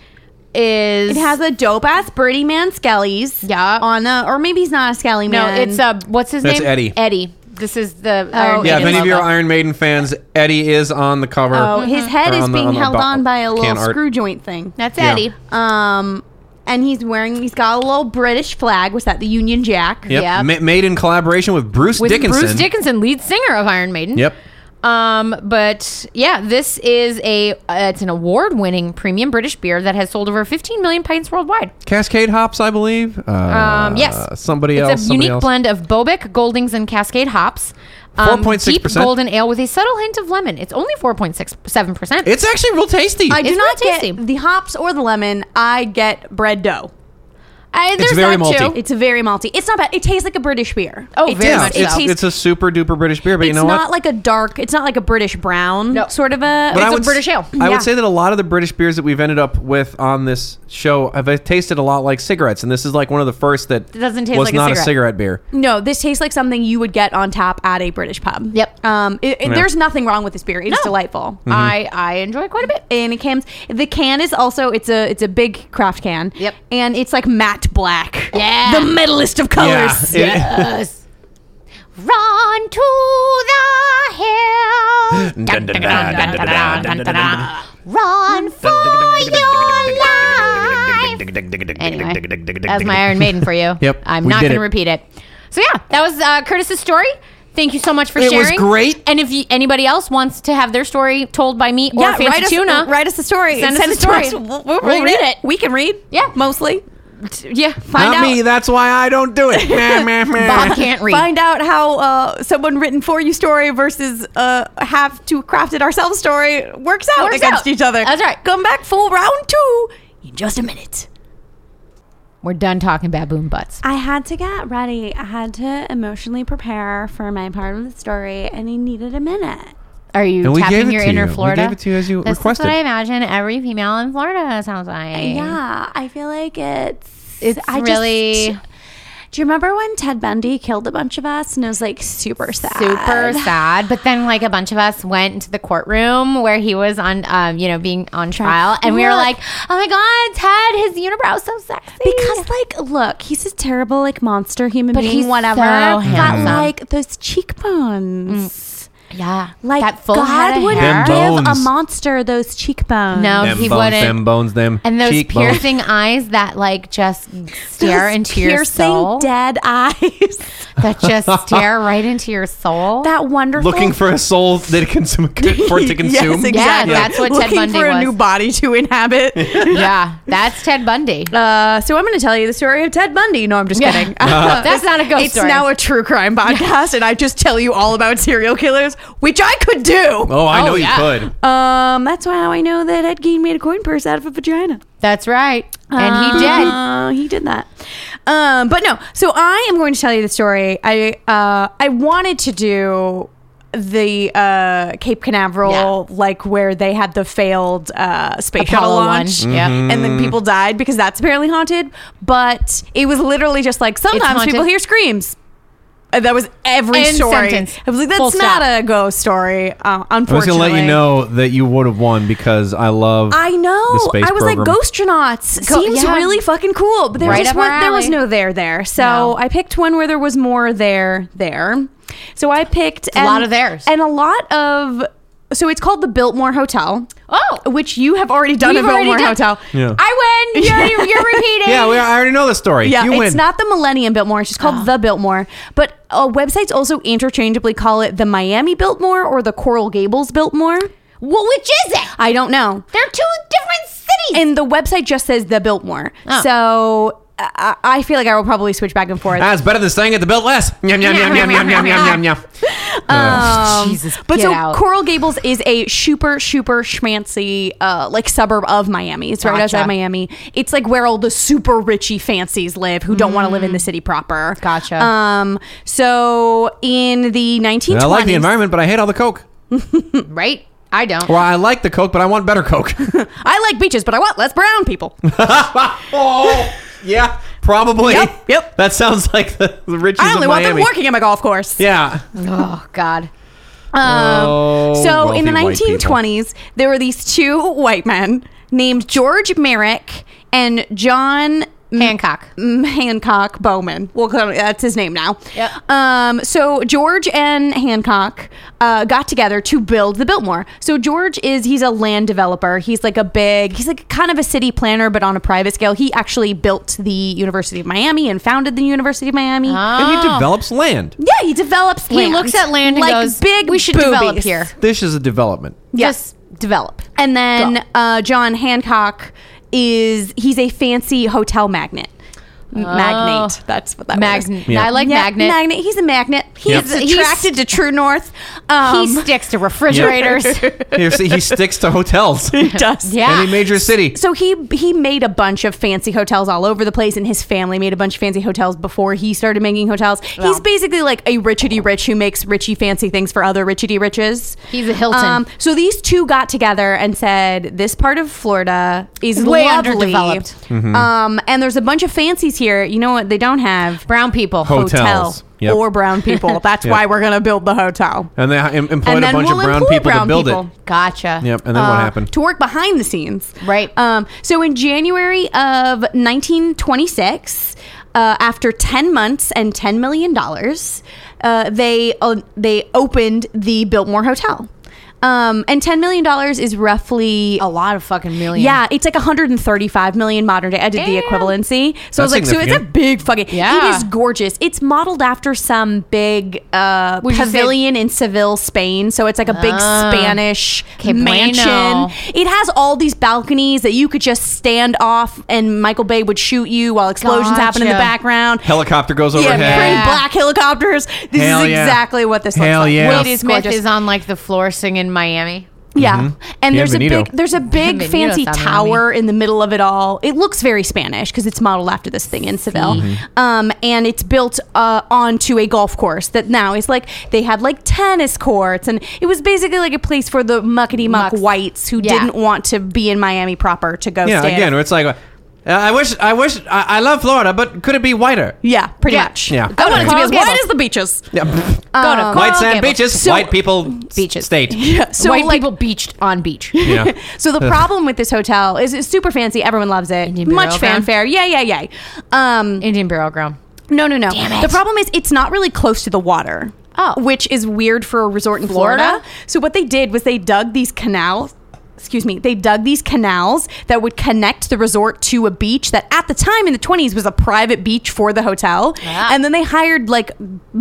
is.
It has a dope ass Birdie Man Skellies.
Yeah.
On the, or maybe he's not a Skelly
no.
man.
It's uh, what's his
That's
name?
Eddie.
Eddie. This is the.
Oh,
Iron
Yeah,
Maiden
if any of you are
logo.
Iron Maiden fans, Eddie is on the cover.
Oh,
Mm-hmm.
his head
Or
is
on the-
being
on the
held
bo-
on by a little
can art.
screw joint thing.
That's
Yeah.
Eddie.
Um, and he's wearing, he's got a little British flag. Was that the Union Jack?
Yep.
Yep.
Ma- made in collaboration with Bruce
With
Dickinson.
Bruce Dickinson, lead singer of Iron Maiden.
Yep.
Um, but yeah, this is a uh, it's an award-winning premium British beer that has sold over 15 million pints worldwide.
Cascade hops, I believe. Uh,
Um, yes.
Somebody
it's
else.
a
somebody
unique
else.
blend of Bobic, Goldings, and Cascade hops. Um,
4.6%.
deep golden ale with a subtle hint of lemon. It's only 4.67%.
It's Mm-hmm. actually real tasty.
I do
It's
not
really
get
tasty.
the hops or the lemon. I get bread dough.
I, there's
very
that
malty.
too.
It's very malty. It's not bad. It tastes like a British beer.
Oh,
it
very
yeah,
much
tastes- it
so.
tastes-
it's a super duper British beer, but you
it's
know
not
what?
like a dark. It's not like a British brown
No.
sort of a.
But
It's
I
a
would s-
British ale.
I
Yeah.
would say that a lot of the British beers that we've ended up with on this show have uh, tasted a lot like cigarettes, and this is like one of the first that
doesn't taste
was
like a
not
cigarette.
beer.
no, this tastes like something you would get on tap at a British pub.
Yep.
Um, it- it-
Yeah.
There's nothing wrong with this beer. It's
No.
delightful.
I, I enjoy quite a bit.
And it comes. The can is also. It's a. It's a big craft can.
Yep.
And it's like matte black.
Yeah.
The metalist of colors.
Yeah. It-
Yes. Run to the hill. Dun, dun, dun, dun, dun, dun, dun, dun, dun. Run for your life. Anyway, that was my Iron Maiden for you.
Yep,
I'm
we
not
did
going to
it.
repeat it. So yeah, that was uh, Curtis's story. Thank you so much for
It was
sharing.
great.
And if you, anybody else wants to have their story told by me or
Yeah,
Fancy
write us,
Tuna,
write us a story.
Send us a
it to
story.
We'll, we'll
We'll
read,
read
it.
it.
We can read.
Yeah.
mostly.
yeah, find
Not
out.
me. That's why I don't do it. Meh, meh, meh.
Bob can't read.
Find out how uh, someone written for you story versus uh, have to craft it ourselves story works out
Works
against
out.
each other.
That's right.
Come back full round two in just a minute.
We're done talking baboon butts.
I had to get ready. I had to emotionally prepare for my part of the story, and I needed a minute.
Are you
And we
tapping
gave it
your
to
inner
you. We
Florida?
gave it to you as you
this
requested.
Is what I imagine every female in Florida sounds like.
Yeah, I feel like it's.
It's
I just-
really
do you remember when Ted Bundy killed a bunch of us and it was like super sad?
super sad. But then, like, a bunch of us went into the courtroom where he was on, um, you know, being on trial, and we were
Look.
like, "Oh my God, Ted! His unibrow so sexy."
Because like, look, he's a terrible like monster human
But
being,
he's
whatever.
so
but
handsome.
like those cheekbones.
Yeah.
Like
Mm. that full head
God
of
wouldn't
hair.
Them
give a
bones.
monster those cheekbones.
No,
Them
he
bones,
wouldn't.
them bones, them
and those
cheekbones.
piercing eyes that like just
Those
stare into your
piercing
soul.
dead eyes.
that just stare right into your soul.
that wonderful.
looking for a soul that can for it to consume.
Yes, exactly.
that's what Ted
Looking
Bundy
for
was.
a new body to inhabit.
yeah, that's Ted Bundy.
uh, so I'm going to tell you the story of Ted Bundy. No, I'm just
Yeah.
kidding. Uh,
That's not a ghost
it's
story.
now a true crime podcast, and I just tell you all about serial killers, which I could do.
Oh, I
Oh,
know
yeah.
you could.
Um, that's how I know that Ed Gein made a coin purse out of a vagina.
That's right. And he did.
Uh-huh,
Uh, he did that.
Um, but no, so I am going to tell you the story. I uh, I wanted to do the uh, Cape Canaveral, like where they had the failed uh, space shuttle
Apollo one.
launch,
Yeah.
Mm-hmm.
Mhm.
and then people died because that's apparently haunted. But it was literally just like sometimes
haunted.
people hear screams. Uh, That was every
End
story.
sentence.
I was like, that's
Full
not
stop.
a ghost story. Uh,
I was
unfortunately,
gonna let you know that you would have won because I love.
I know.
The space
I was like,
program.
Ghostronauts
Go-
seems
yeah.
really fucking cool, but there
Right
just
up our
weren't- there was
alley.
no there there. So
No.
I picked one where there was more there there. So I picked
a lot of theirs.
and a lot of. So it's called the Biltmore Hotel.
Oh.
which you have already done
We've
a
already
Biltmore
done-
Hotel.
Yeah.
I win. You're, you're, repeating.
yeah, we, I already know the story.
Yeah,
you
it's
win.
not the Millennium Biltmore. It's just called
Oh.
the Biltmore. But uh, websites also interchangeably call it the Miami Biltmore or the Coral Gables Biltmore.
Well, which is it?
I don't know.
They're two different cities.
and the website just says the Biltmore.
Oh.
So uh, I, I feel like I will probably switch back and forth.
Ah, it's better than saying it the built less. Yum yum yum yum yum yum yum yum Uh, yum.
Um,
Jesus,
but
get
so
out.
Coral Gables is a super, super schmancy, uh, like suburb of Miami. It's right
Gotcha.
outside Miami. It's like where all the super richy fancies live who don't want to live in the city proper.
Mm. Gotcha.
Um, so in the 1920s,
I like the environment, but I hate all the coke.
right? I don't.
Well, I like the coke, but I want better coke.
I like beaches, but I want less brown people.
oh, yeah, probably.
Yep, yep.
That sounds like the, the riches
I only
of
want
Miami.
them working at my golf course.
Yeah.
Oh God.
Um,
Oh,
so in the
wealthy white
1920s, there were these two white men named George Merrick and John M-
Hancock.
M- Hancock Bowman. Well, call it- that's his name now.
Yep.
Um, so George and Hancock uh, got together to build the Biltmore. So George is he's a land developer. He's like a big. He's like kind of a city planner, but on a private scale. He actually built the University of Miami and founded the University of Miami.
And he
oh.
develops land.
Yeah, he develops.
Ah. He looks at land and
like
goes,
big.
"We should
boobies.
develop here."
This is a development.
Yeah.
Just develop.
And then
Go.
uh, John Hancock is he's a fancy hotel magnet. M- Magnate. That's what that
Magnet.
was.
Yeah.
Oh. I like
Yeah,
magnet.
Magnet. He's a magnet. He's
Yep.
attracted to True North. Um,
he sticks to refrigerators.
Here, see, he sticks to hotels.
he does.
Yeah.
Any major city.
So he he made a bunch of fancy hotels all over the place, and his family made a bunch of fancy hotels before he started making hotels. He's basically like a richity rich who makes richy fancy things for other richity riches.
He's a Hilton.
Um, so these two got together and said, "This part of Florida is
Way
lovely.
underdeveloped.
Mm-hmm.
Um, and there's a bunch of fancies here. You know what they don't have."
Brown people.
Ho- Hotels.
Hotel
Yep.
or brown people. That's
Yep.
why we're gonna build the hotel.
And they em- employed
And
a
then
bunch
we'll
of brown
employ
people
brown
to build
people.
Gotcha.
it. Yep. And then what
uh,
happened?
To work behind the scenes.
Right.
Um, so in January of 1926, uh, after 10 months and $10 million, uh, they, uh, they opened the Biltmore Hotel. Um, and $10 million is roughly.
A lot of fucking millions.
yeah, it's like 135 million modern day. I did the
Damn.
equivalency, so I was like,
That's
so it's a
significant.
big fucking.
Yeah.
it is gorgeous. It's modeled after some big uh,
Would you say-
pavilion in Seville, Spain. So it's like a big
Ah.
Spanish
Que
mansion.
bueno.
It has all these balconies that you could just stand off, and Michael Bay would shoot you while explosions happen in the
Gotcha.
background.
Helicopter goes
yeah,
overhead.
pretty black helicopters. This
Hell
is
yeah.
exactly what this
Hell
looks like.
yeah.
It's
Will Smith
gorgeous.
is on like the floor singing Miami.
Yeah.
Mm-hmm.
And there's a
Bienvenido.
big there's a big
Bienvenido,
fancy
Sammy.
tower in the middle of it all. It looks very Spanish because it's modeled after this thing in Seville.
Mm-hmm.
Um, and it's built uh, onto a golf course that now is like they had like tennis courts and it was basically like a place for the muckety muck
Mucks.
whites who
Yeah.
didn't want to be in Miami proper to go
Yeah,
stay.
again, it's like, uh, I wish, I wish, I, I love Florida, but could it be whiter?
yeah, pretty
Yeah.
much.
Yeah.
I
Go
want
to
it to be
Coral
as white
Gables.
as the beaches.
Yeah.
Go to Coral
white sand
Gables.
beaches,
Uh, So-
white people s-
Beaches.
state.
Yeah. So
White
like,
people beached on beach.
Yeah.
So the problem with this hotel is it's super fancy. Everyone loves it.
Indian burial
Much
ground?
fanfare. Yeah, yeah, yeah. Um,
Indian burial ground.
No, no, no.
Damn it.
The problem is it's not really close to the water.
Oh.
which is weird for a resort in Florida.
Florida?
So what they did was they dug these canals. Excuse me. They dug these canals that would connect the resort to a beach that at the time in the 20s was a private beach for the hotel.
Ah.
And then they hired like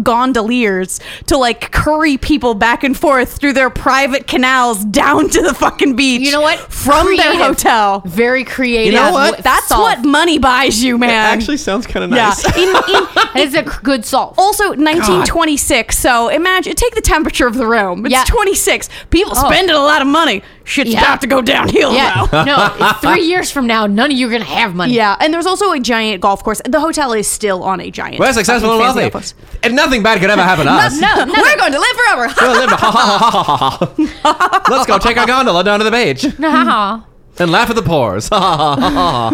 gondoliers to like curry people back and forth through their private canals down to the fucking beach.
You know what?
From
Creative.
their hotel.
Very creative.
You know what?
That's what money buys you, man.
Actually, sounds kind of
yeah.
nice.
In- in-
It's a c- good solve.
also 1926 so imagine take the temperature of the room it's
Yeah.
26 people
Oh.
spending a lot of money shit's
Yeah.
about to go downhill
Yeah.
now
no, three years from now, none of you are gonna have money.
yeah and there's also a giant golf course the hotel is still on a giant
We're successful and
fucking fancy
wealthy.
golf course. Uh,
And nothing bad could ever happen to us.
No, no.
we're going to live forever
We'll live- ha, ha, ha, ha, ha, ha, ha. Let's go take our gondola down to the beach
Haha.
and laugh at the pores. Ha, ha, ha, ha, ha.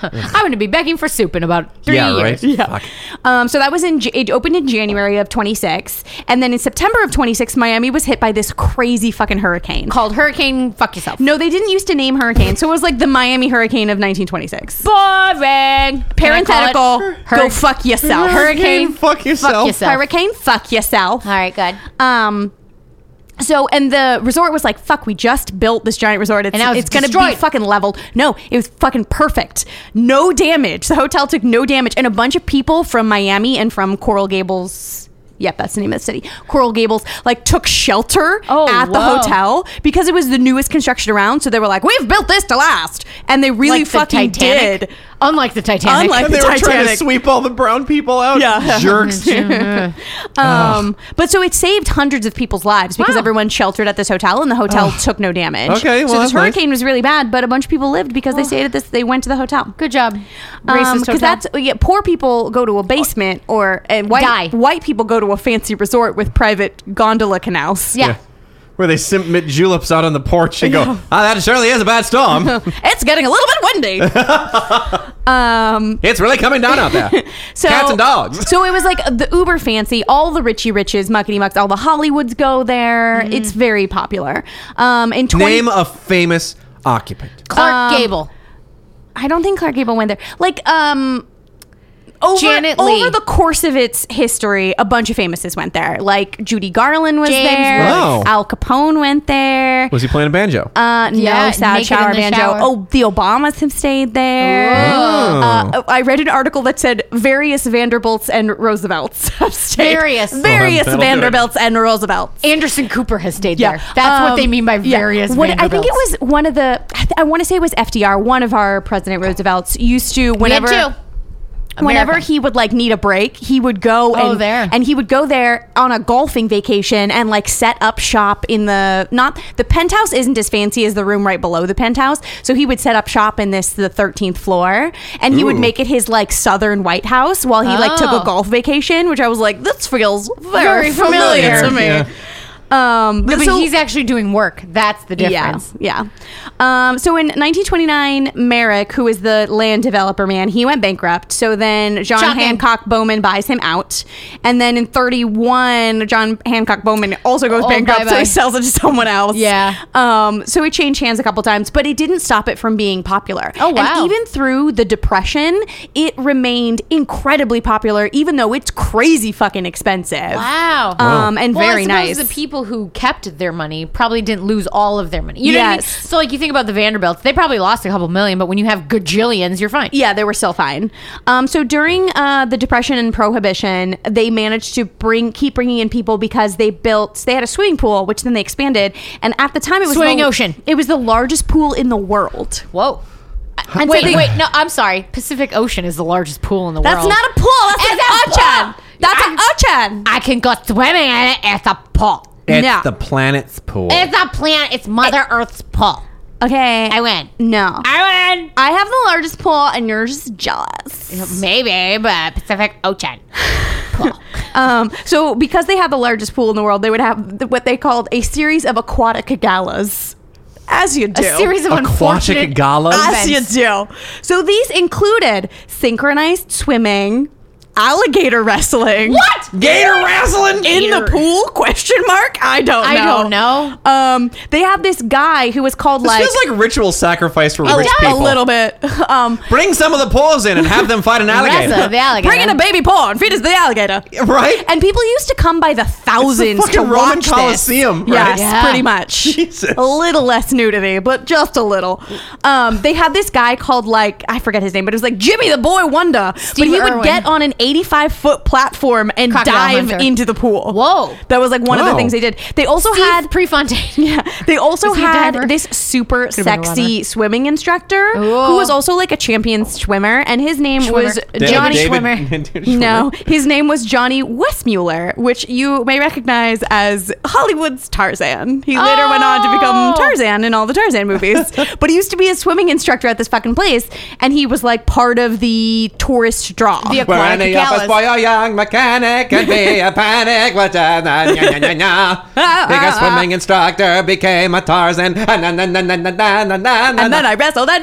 I'm gonna be begging for soup in about three
yeah,
years.
right. Fuck.
Um, so that was in J- it opened in January of 26, and then in September of 26, Miami was hit by this crazy fucking hurricane.
Called Hurricane Fuck Yourself.
No, they didn't used to name hurricane, so it was like the Miami Hurricane of 1926.
boring.
Parenthetical, go
Hurricane.
fuck yourself.
Hurricane.
Fuck yourself.
yourself.
Oh, Hurricane, fuck yourself.
All right, good.
Um, so and the resort was like, fuck, we just built this giant resort. It's,
And now it's
it's gonna be
destroyed.
fucking leveled. No, it was fucking perfect. No damage. The hotel took no damage, and a bunch of people from Miami and from Coral Gables. Yep, that's the name of the city. Coral Gables like took shelter
Oh,
at the
whoa.
hotel because it was the newest construction around. So they were like, "We've built this to last," and they really fucking
Titanic.
did.
Unlike the Titanic.
Unlike
And
the
they were trying to
Titanic.
sweep all the brown people out.
Yeah.
Jerks.
Um, but so it saved hundreds of people's lives because
Wow.
everyone sheltered at this hotel, and the hotel took no damage.
Okay, well,
so this
that's nice.
hurricane was really bad, but a bunch of people lived because they stayed at this. They went to the hotel.
Good job. Racist
Because Um, that's yeah, poor people go to a basement or and white
Die.
white people go to a fancy resort with private gondola canals.
yeah.
Where they submit juleps out on the porch and go, ah, that surely is a bad storm.
it's getting a little bit windy. um,
it's really coming down out there.
so
Cats and dogs.
So it was like the uber fancy. All the Richie Riches, muckety mucks, all the Hollywoods go there.
Mm.
It's very popular. Um, in 20-
Name a famous occupant.
Clark
Um,
Gable.
I don't think Clark Gable went there. Like, um, over,
Janet
over
Leigh.
the course of its history, a bunch of famouses went there. Like Judy Garland was
James
there.
Woods. Wow.
Al Capone went there.
Was he playing a banjo?
Uh, no,
Yeah,
sad
naked
shower
in the
banjo.
shower.
Oh, the Obamas have stayed there.
Oh.
Uh, I read an article that said various Vanderbilts and Roosevelts have stayed.
Various. Well,
then
various
that'll do it.
Vanderbilts and Roosevelts.
Anderson Cooper has stayed
Yeah,
there. That's what
Um,
they mean by
yeah.
various.
What, I think it
Vanderbilts.
was one of the. I, th- I want to say it was FDR. One of our President Roosevelt's used to
We had
whenever
two.
whenever
America.
he would like need a break, he would go
Oh,
and
there.
and he would go there on a golfing vacation and like set up shop in the not the penthouse isn't as fancy as the room right below the penthouse, so he would set up shop in this the 13th floor and he would
Ooh.
make it his like southern White House while he like took
Oh.
a golf vacation, which I was like this feels
Very
very,
familiar.
familiar, to me.
Yeah.
Um,
No, but
so-
he's actually doing work. That's the difference.
yeah, yeah. Um, so in 1929, Merrick, who is the land developer man, he went bankrupt. So then John
Shocking.
Hancock Bowman buys him out, and then in 31, John Hancock Bowman also goes
Oh,
bankrupt, so
bye-bye.
he sells it to someone else.
Yeah.
Um, so it changed hands a couple times, but it didn't stop it from being popular.
Oh, wow.
And even through the depression, it remained incredibly popular, even though it's crazy fucking expensive.
Wow.
Um, and
well,
very
I
nice.
suppose The people who kept their money probably didn't lose all of their money. You know what I mean?
Yes.
So, like, you think about the Vanderbilts, they probably lost a couple million, but when you have gajillions, you're fine.
Yeah, they were still fine. Um, so during uh, the Depression and Prohibition, they managed to bring keep bringing in people because they built they had a swimming pool, which then they expanded. And at the time, it was
Swimming
the,
ocean.
It was the largest pool in the world.
Whoa.
And
wait,
so they-
wait, no, I'm sorry. Pacific Ocean is the largest pool in the
That's
world.
not a pool. That's an
It's a
ocean.
pool.
That's an ocean.
I can go swimming in it. It's a pool.
It's
Yeah.
the planet's pool.
It's a plant. It's Mother Earth's pool.
Okay,
I win.
No,
I win.
I have the largest pool, and you're just jealous.
Maybe, but Pacific Ocean.
Um, so because they had the largest pool in the world, they would have th- what they called a series of aquatic galas, as you do.
A series of
Aquatic
unfortunate
galas?
As you
events.
do. So these included synchronized swimming, alligator wrestling.
What?
Gator wrestling
In the
Gator.
pool? Question question mark? I don't.
I
know.
don't know.
Um, they have this guy who was called
This
like,
feels like ritual sacrifice for rich
a
people.
little bit. Um,
Bring some of the paws in and have them fight an
Reza,
alligator.
the alligator.
bring in a baby porn. Feed us the alligator.
right?
And people used to come by the thousands
fucking
to
Roman
watch
Colosseum,
This.
right?
Yes,
Yeah.
pretty much.
Jesus.
A little less nudity, but just a little. Um, they had this guy called like I forget his name, but it was like Jimmy the Boy Wonder. but he
Irwin.
would get on an 85 foot platform and
Crocodile
dive
hunter.
into the pool.
Whoa.
that was like one of
Wow.
the things they did. They also
Steve
had
Prefontaine.
yeah. They also
Was he a diver?
had this super
been a
sexy
runner.
swimming instructor
Ooh.
who was also like a champion swimmer, and his name was
Schwimmer.
Da-
Johnny.
David-
Schwimmer.
Schwimmer.
No, his name was Johnny Westmuller, which you may recognize as Hollywood's Tarzan. He later went on to
Oh.
become Tarzan in all the Tarzan movies. but he used to be a swimming instructor at this fucking place, and he was like part of the tourist draw.
The
We're
aquatic
in the office
Acalus.
for your young mechanic and be a panic. What a na, na, na, na, na. Think a swimming instructor became a Tarzan. Ah, na, na, na, na, na, na, na, na, na,
and then
na.
I wrestled an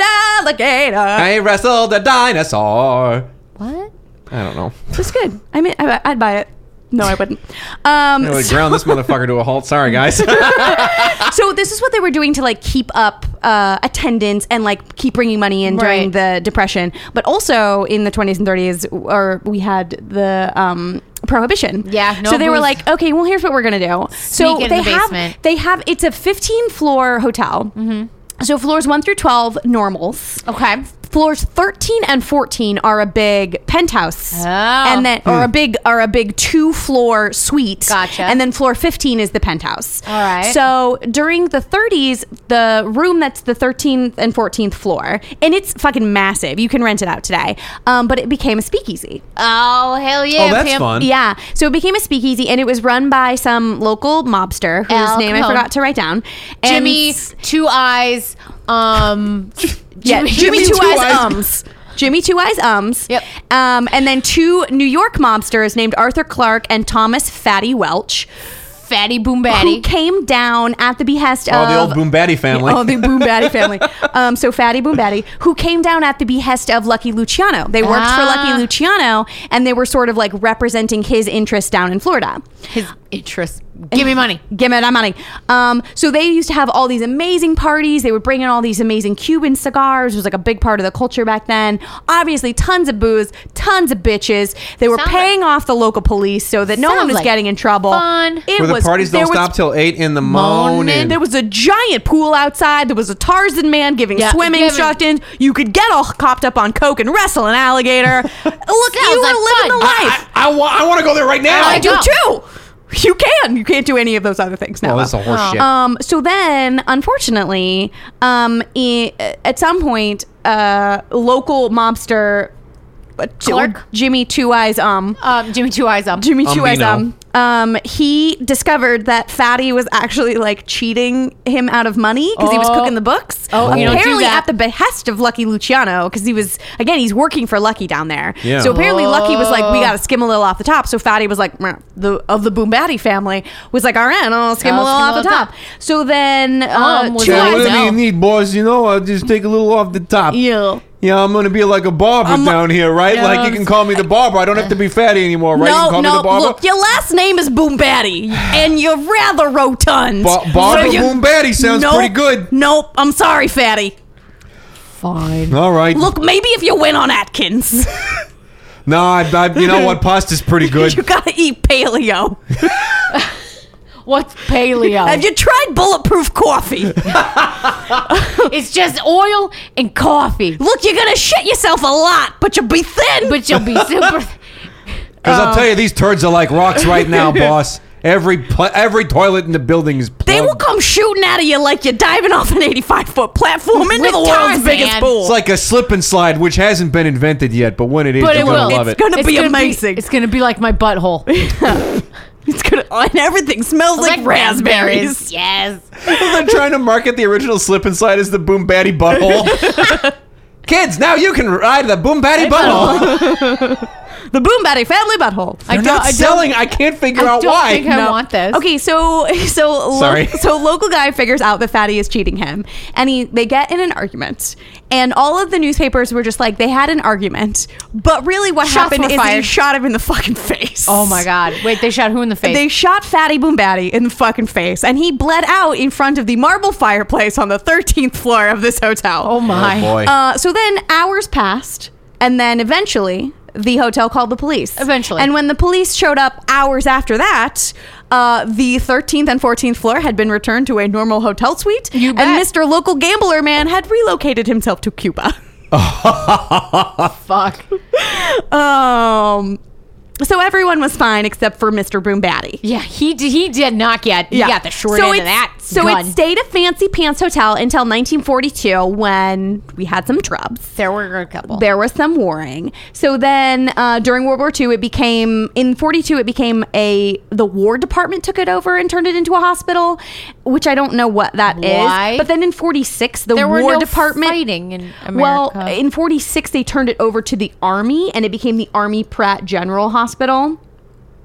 alligator.
I wrestled a dinosaur.
What?
I don't know.
It's good. I mean, I, I'd buy it. No, I wouldn't. Um,
I would
so-
ground this motherfucker to a halt. Sorry, guys.
so this is what they were doing to like keep up uh, attendance and like keep bringing money in during
Right.
the depression but also in the 20s and 30s or we had the um prohibition
Yeah, no
so they were
booze.
like okay well here's what we're gonna do so
Sneak in
they
the
have
basement.
they have it's a 15 floor hotel
Mm-hmm.
so floors 1 through 12 normals
Okay.
floors 13 and 14 are a big penthouse
Oh.
and then or a big are a big two floor suite
Gotcha.
and then floor 15 is the penthouse
All right.
so during the 30s the room that's the 13th and 14th floor and it's fucking massive you can rent it out today um, but it became a speakeasy
Oh hell yeah!
Oh, that's
Pam.
fun.
yeah. So it became a speakeasy and it was run by some local mobster whose
Al
name I
Capone.
forgot to write down. And-
Jimmy, two eyes. Um,
Yeah, Jimmy, Two Eyes
Eyes.
Ums. Jimmy Two Eyes Ums.
Yep.
Um, and then two New York mobsters named Arthur Clark and Thomas Fatty Welch,
um, Fatty Boom
who
Batty.
came down at the behest
oh,
of
the old Boom Batty family.
Oh, the Boom Batty family. Um, so Fatty Boom Batty, who came down at the behest of Lucky Luciano. They worked for
Ah.
Lucky Luciano, and they were sort of like representing his interests down in Florida.
His interest. Give me money.
Give me that money. Um, so they used to have all these amazing parties. They would bring in all these amazing Cuban cigars. It was like a big part of the culture back then. Obviously, tons of booze, tons of bitches. They were
Sounds
paying off the local police so that no one
Sounds
was
like
getting in trouble.
fun.
It
Where the
was,
parties don't
there was-
stop till 8 in the
Moaning.
morning.
There was a giant pool outside. There was a Tarzan man giving
Yeah,
swimming
giving-
instructions. You could get all copped up on coke and wrestle an alligator. Look, you
Sounds
were
like
living
fun.
the life.
I, I, wa- I want to go there right now.
I do
know.
too. You can. You can't do any of those other things now.
Oh, that's a horse shit.
Um, so then, unfortunately, um, i- at some point, uh, local mobster uh, t-
Clark?
Jimmy Two Eyes, um,
Um, Jimmy Two Eyes up.
Jimmy Two Eyes,
Umbino.
um, um, he discovered that Fatty was actually like cheating him out of money because he was
Oh.
cooking the books.
Oh, you don't do
apparently
that.
at the behest of Lucky Luciano because he was again he's working for Lucky down there.
Yeah.
So apparently Lucky was
Oh.
like, we got to skim a little off the top. So Fatty was like, "Meh," the of the Boombatti family was like, all right, I'll skim a
I'll
little
skim
off
a
the
little
top.
top.
So then uh,
Um, was
two
like,
eyes
"What do you
out.
need, boys? You know, I'll just take a little off the top.
Yeah.
Yeah, I'm gonna be like a barber
I'm-
down here, right?
Yeah.
Like you can call me the barber. I don't have to be fatty anymore, right? you can
No,
call me
no.
the barber.
Look, your last name is Boombatti, and you're rather rotund.
Ba- barber
you-
boom batty sounds
Nope.
pretty good.
Nope. I'm sorry, Fatty.
Fine.
All right.
Look, maybe if you went on Atkins,
no, I, I, you know what? Pasta's pretty
you
good.
gotta eat paleo.
What's paleo?
Have you tried bulletproof coffee?
it's just oil and coffee,
Look, you're gonna shit yourself a lot, but you'll be thin.
but you'll be super.
Because I'll tell you, these turds are like rocks right now, boss. Every pl- every toilet in the building is plugged.
they will come shooting out of you like you're diving off an 85 foot platform into
With
the world's
Tarzan.
biggest pool.
It's like a slip and slide, which hasn't been invented yet, but when it is,
But
you're
it
gonna
will.
love
It's
it.
gonna be amazing.
it's gonna be like my butthole. It's
it's gonna, and everything smells like, raspberries.
Yes.
They're trying to market the original slip and slide as the boom batty butthole. Kids, now you can ride the boom batty butthole.
The Boom Batty Family Butthole.
I
They're
don't-
not
I don't-
selling. I can't figure
I
out
don't
why.
think I
No.
want this.
Okay, so so lo-
Sorry.
so local guy figures out that Fatty is cheating him, and he they get in an argument, and all of the newspapers were just like they had an argument, but really what
Shots
happened
were
is they
fired.
shot him in the fucking face.
Oh my God. Wait, they shot who in the face?
They shot Fatty Boom Batty in the fucking face, and he bled out in front of the marble fireplace on the 13th floor of this hotel.
oh my.
boy.
Uh, so then hours passed, and then eventually the hotel called the police.
Eventually.
And when the police showed up hours after that, uh, the 13th and 14th floor had been returned to a normal hotel suite,
You
and
bet.
Mr. Local Gambler Man had relocated himself to Cuba.
Fuck.
Um, so everyone was fine except for Mr. Boom Batty.
Yeah, he d- he did not get. He got the short end of
it's-
that.
So
gun.
it stayed a fancy pants hotel until 1942 when we had some trubs.
there were a couple.
There was some warring. So then uh, during World War II, it became in 42. It became a the War Department took it over and turned it into a hospital, which I don't know what that is.
Why?
But then in 46, the
There were
War
no
Department
fighting in
Well,
America.
in 46, they turned it over to the Army, and it became the Army Pratt General Hospital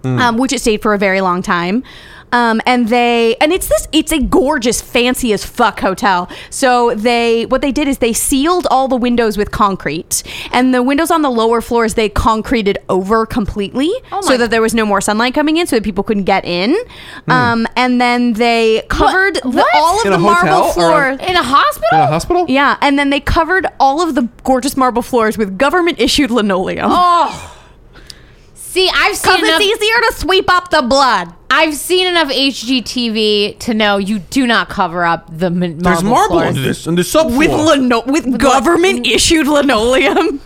Hmm.
um, which it stayed for a very long time. Um, and they and it's this it's a gorgeous fancy as fuck hotel. So they what they did is they sealed all the windows with concrete, and the windows on the lower floors they concreted over completely
Oh my-
so that there was no more sunlight coming in, so that people couldn't get in. Um, and then they covered the-
What?
all of
Hmm. In a
the marble
hotel or a-
floors.
in a hospital.
In a hospital?
yeah, and then they covered all of the gorgeous marble floors with government issued linoleum.
Oh. See, I've seen
Because
enough.
it's easier to sweep up the blood.
I've seen enough HGTV to know you do not cover up the m- marble
There's marble
floors.
in this in the subfloor.
with lino- with, government issued linoleum.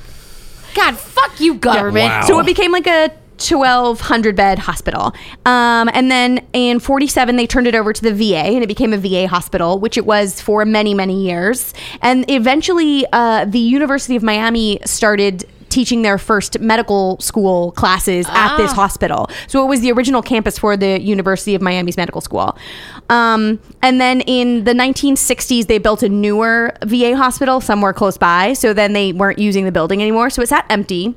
God, fuck you, government.
Wow.
So it became like a 1200 bed hospital. Um, and then in 47 they turned it over to the VA and it became a VA hospital, which it was for many many years. And eventually uh, the University of Miami started teaching their first medical school classes at this hospital. So it was the original campus for the University of Miami's medical school. Um, and then in the 1960s, they built a newer VA hospital somewhere close by. So then they weren't using the building anymore. So it sat empty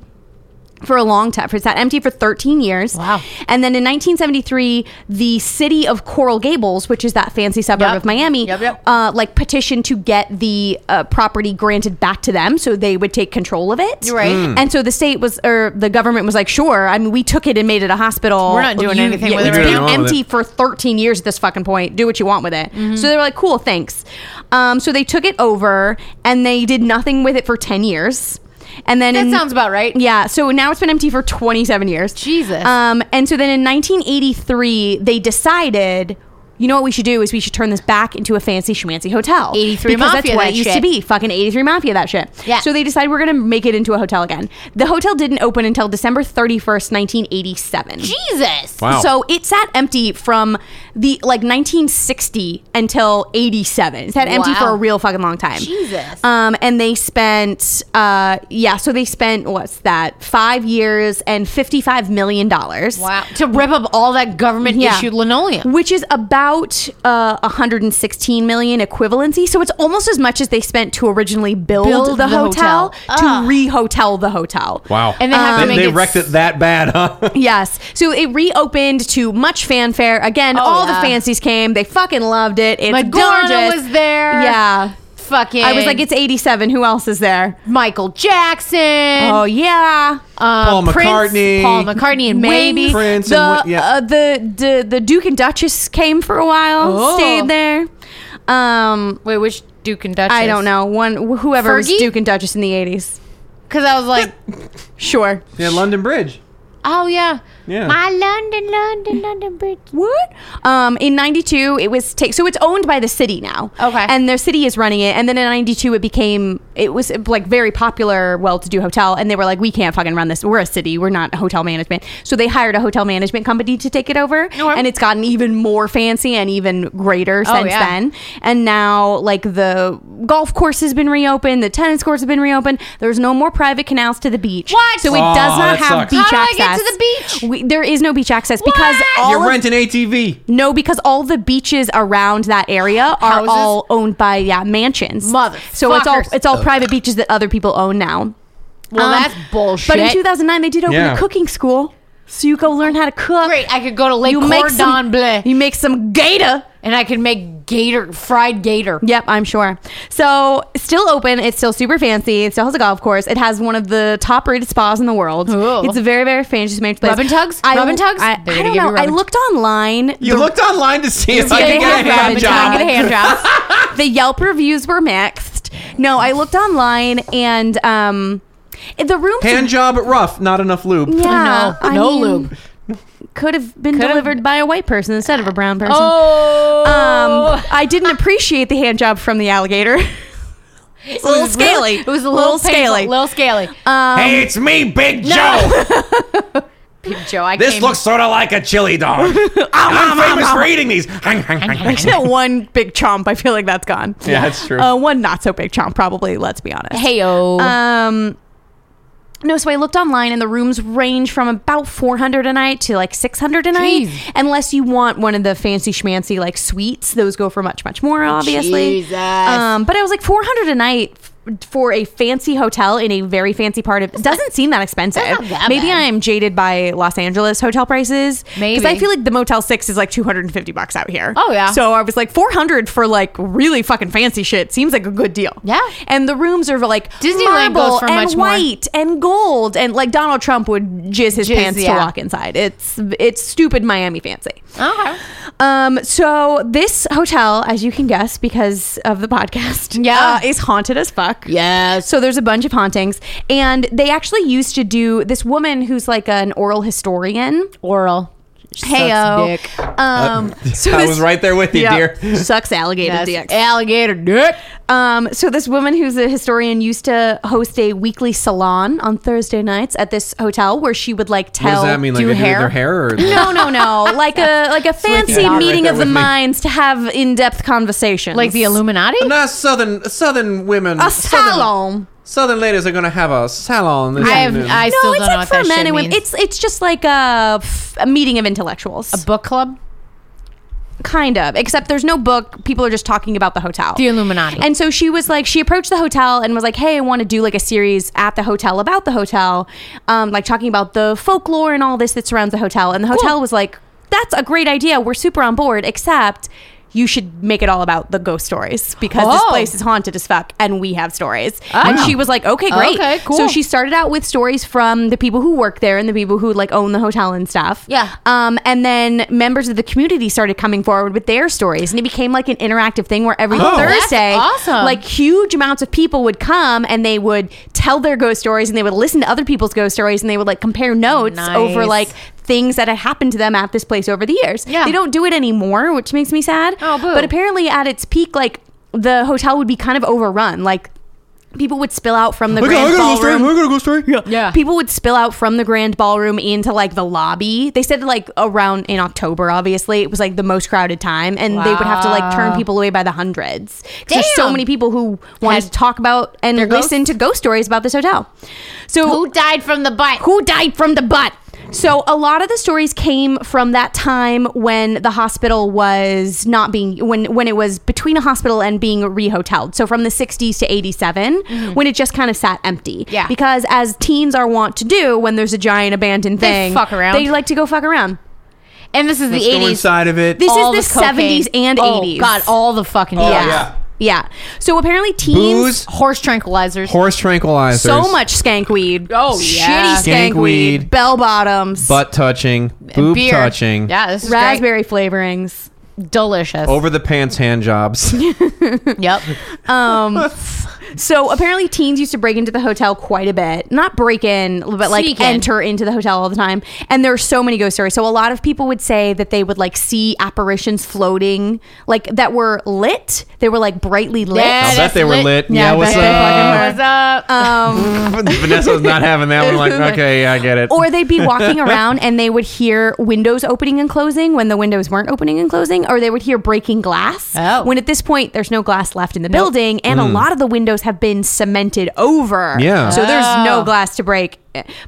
for a long time. It sat empty for 13 years.
Wow.
And then in 1973, the city of Coral Gables, which is that fancy suburb
Yep.
of Miami,
Yep, yep.
Uh, like petitioned to get the uh, property granted back to them so they would take control of it.
You're right. Mm.
And so the state was, or the government was like, sure. I mean, we took it and made it a hospital.
We're not doing anything with
it's
it
right
been
now.
empty for 13 years at this fucking point. Do what you want with it.
Mm-hmm.
So they were like, cool, thanks. Um, so they took it over and they did nothing with it for 10 years. And then
That
in-
sounds about right.
yeah. So now it's been empty for 27 years.
Jesus.
Um, and so then in 1983, they decided. You know what we should do is we should turn this back into a fancy schmancy hotel.
83
because
Mafia,
that's what
that
it used to
shit.
be. Fucking 83 Mafia, that shit.
Yeah.
So they decided we're gonna make it into a hotel again. The hotel didn't open until December 31st, 1987.
Jesus.
Wow.
So it sat empty from the like 1960 until 87. It sat empty
Wow.
for a real fucking long time.
Jesus.
Um, and they spent, uh, yeah, so they spent what's that? Five years and 55 million dollars.
Wow. To rip up all that government issued linoleum.
which is about uh, 116 million equivalency. So it's almost as much as they spent to originally build,
Build
the,
the
hotel,
hotel. Ugh.
to re-hotel the hotel.
Wow.
And they have to
they,
make
they
it
wrecked
s-
it that bad, huh?
Yes. So it reopened to much fanfare. Again, all
Oh, yeah.
the fancies came. They fucking loved it. It's
Madonna
gorgeous.
was there.
Yeah.
Fucking.
I was like, it's 87. Who else is there?
Michael Jackson.
Oh, yeah.
um,
Paul
Prince,
McCartney.
Paul McCartney and
Maybe
Wings.
Prince
the,
and what- yeah.
uh, the, the, the Duke and Duchess came for a while,
Oh.
stayed there. Um,
Wait, which Duke and Duchess?
I don't know. One wh- Whoever was
Fergie?
Duke and Duchess in the 80s.
Because I was like,
Sure.
yeah, London Bridge.
oh yeah,
Yeah.
my London, London, London Bridge.
What? Um, in '92, it was take so it's owned by the city now.
Okay.
and their city is running it. And then in '92, it became it was like very popular, well-to-do hotel, and they were like, we can't fucking run this. We're a city. We're not hotel management. So they hired a hotel management company to take it over, and it's gotten even more fancy and even greater
Oh,
since
yeah.
then. And now, like the golf course has been reopened, the tennis courts have been reopened. There's no more private canals to the beach.
What?
So it
Oh,
does not
that
have
sucks.
beach
How do I
access.
get to the beach?
We, there is no beach access because
What?
all
You're
of
renting ATV.
no, because all the beaches around that area are
Houses?
all owned by yeah mansions.
Motherfuckers.
So it's all it's all private beaches that other people own now.
Well,
Um,
that's bullshit.
But in 2009, they did open
Yeah.
a cooking school, so you go learn how to cook.
Great, I could go to Lake
You make some,
Cordon Bleu
you make some gator.
and I could make gator, fried gator.
Yep, I'm sure. So, still open. It's still super fancy. It still has a golf course. It has one of the top rated spas in the world.
Ooh.
It's a very, very fancy place.
Rub and tugs?
I,
Rub and tugs?
I,
They're gonna
I don't
give you
know.
rub
I
and-
looked online.
You looked online to see if I
They
could get
have
a
rub
hand
and
job.
tug.
Get a hand job.
the Yelp reviews were mixed. No, I looked online and um, the rooms
Hand job rough, not enough lube.
Yeah,
no,
I
no
mean,
lube.
could have been
Could've-
delivered by a white person instead of a brown person.
Oh,
Um, I didn't appreciate the hand job from the alligator. It's a
It
little
was real-
scaly.
it was a little, scaly. Uh, Little scaly.
hey, it's me, Big Joe.
Joe, I
This
came-
looks sort of like a chili
Ah,
dog. I'm famous for eating these. yeah,
That one big chomp, I feel like that's gone.
that's true.
Uh, one not so big chomp, probably. Let's be honest.
Heyo.
Um, no, so I looked online, and the rooms range from about four hundred a night to like six hundred a night,
Jeez.
unless you want one of the fancy schmancy like suites. Those go for much, much more, obviously.
Jesus.
Um, but I was like four hundred a night f- for a fancy hotel in a very fancy part of. Doesn't seem that expensive.
That's not that
Maybe
bad.
I'm jaded by Los Angeles hotel prices.
Maybe.
I feel like the Motel Six is like two hundred and fifty bucks out here.
Oh, yeah.
So I was like four hundred for like really fucking fancy shit. Seems like a good deal.
Yeah.
And the rooms are like
Disneyland
marble
goes for
and
much more.
white and gold and like Donald Trump would jizz his
Jizz,
pants
yeah.
to walk inside. It's it's stupid Miami fancy.
okay.
Um, so this hotel, as you can guess because of the podcast,
Yeah.
uh, is haunted as fuck.
Yes.
So there's a bunch of hauntings, and they actually used to do this woman who's like an oral historian.
Oral.
Heyo.
dick.
Um, so
Uh, I
this-
was right there with you,
Yeah.
dear.
Sucks alligator
Yes.
dick.
Alligator dick.
Um, so this woman who's a historian used to host a weekly salon on Thursday nights at this hotel where she would like
What
tell
does that mean? Like
do
they do
hair.
their hair? Or
No, no, no. Like a like a fancy
daughter. Right
meeting
there
of the
with me.
minds to have in-depth conversations.
Like the Illuminati?
Not southern southern women.
a
southern-
salon.
Southern ladies are gonna have a salon this
I have,
afternoon.
I
No,
still
it's
don't know
like
what
for
that
men
shit
and women.
means.
It's it's just like a, f- a meeting of intellectuals,
book club.
kind of. Except there's no book. People are just talking about the hotel.
The Illuminati.
And so she was like, she approached the hotel and was like, hey, I want to do like a series at the hotel about the hotel, um, like talking about the folklore and all this that surrounds the hotel. And the hotel
Cool.
was like, that's a great idea. We're super on board, except you should make it all about the ghost stories because this
Oh. Ah.
place is haunted as fuck and we have stories. And she was like, okay, great.
Okay, cool.
So she started out with stories from the people who work there and the people who like own the hotel and stuff.
Yeah.
Um, and then members of the community started coming forward with their stories and it became like an interactive thing where every
Oh.
Thursday,
That's awesome.
like huge amounts of people would come and they would tell their ghost stories and they would listen to other people's ghost stories and they would like compare notes
Nice.
over like things that had happened to them at this place over the years.
Yeah.
They don't do it anymore, which makes me sad.
Oh, boo.
But apparently at its peak, like the hotel would be kind of overrun. Like people would spill out from the grand ballroom.
a ghost story. Yeah.
Yeah.
People would spill out from the grand ballroom into like the lobby. They said like around in October, obviously, it was like the most crowded time, and they would have to like turn people away by the hundreds. 'Cause There's so
Damn.
many people who
Had
wanted to talk about and listen to ghost stories about this hotel. So
Who died from the butt?
who died from the butt. So a lot of the stories came from that time when the hospital was not being when when it was between a hospital and being rehoteled. So from the 60s to 87 when it just kind of sat empty.
Mm-hmm. Yeah.
Because as teens are wont to do when there's a giant abandoned
They
thing,
fuck around.
They like to go fuck around.
And this is the
Let's go
80s.
inside of it.
This
All
is the,
cocaine.
70s and
Oh,
80s.
God, all the fucking
Oh,
drugs.
yeah.
Yeah. So apparently teens
Booze,
Horse tranquilizers.
horse tranquilizers,
so much skank weed.
Oh, yeah.
Shitty skank,
Skank
weed,
weed.
bell bottoms,
butt touching, boob
beer.
touching,
Yeah, this is raspberry.
raspberry flavorings.
Delicious.
over the pants hand jobs.
Yep.
So apparently, teens used to break into the hotel quite a bit. Not break in, but like
Sneak in.
enter into the hotel all the time. And there are so many ghost stories. So a lot of people would say that they would like see apparitions floating, like that were lit. They were like brightly lit.
Yeah,
bet
that's
they were lit. Yeah,
I
what's
bet they fucking
up?
were. Uh, What's up?
Um,
Vanessa was not having that one. Like, okay, yeah, I get it.
or they'd be walking around and they would hear windows opening and closing when the windows weren't opening and closing, or they would hear breaking glass.
Oh.
When at this point there's no glass left in the building, and a lot of the windows have been cemented over.
Mm. Yeah.
So there's
Oh.
no glass to break.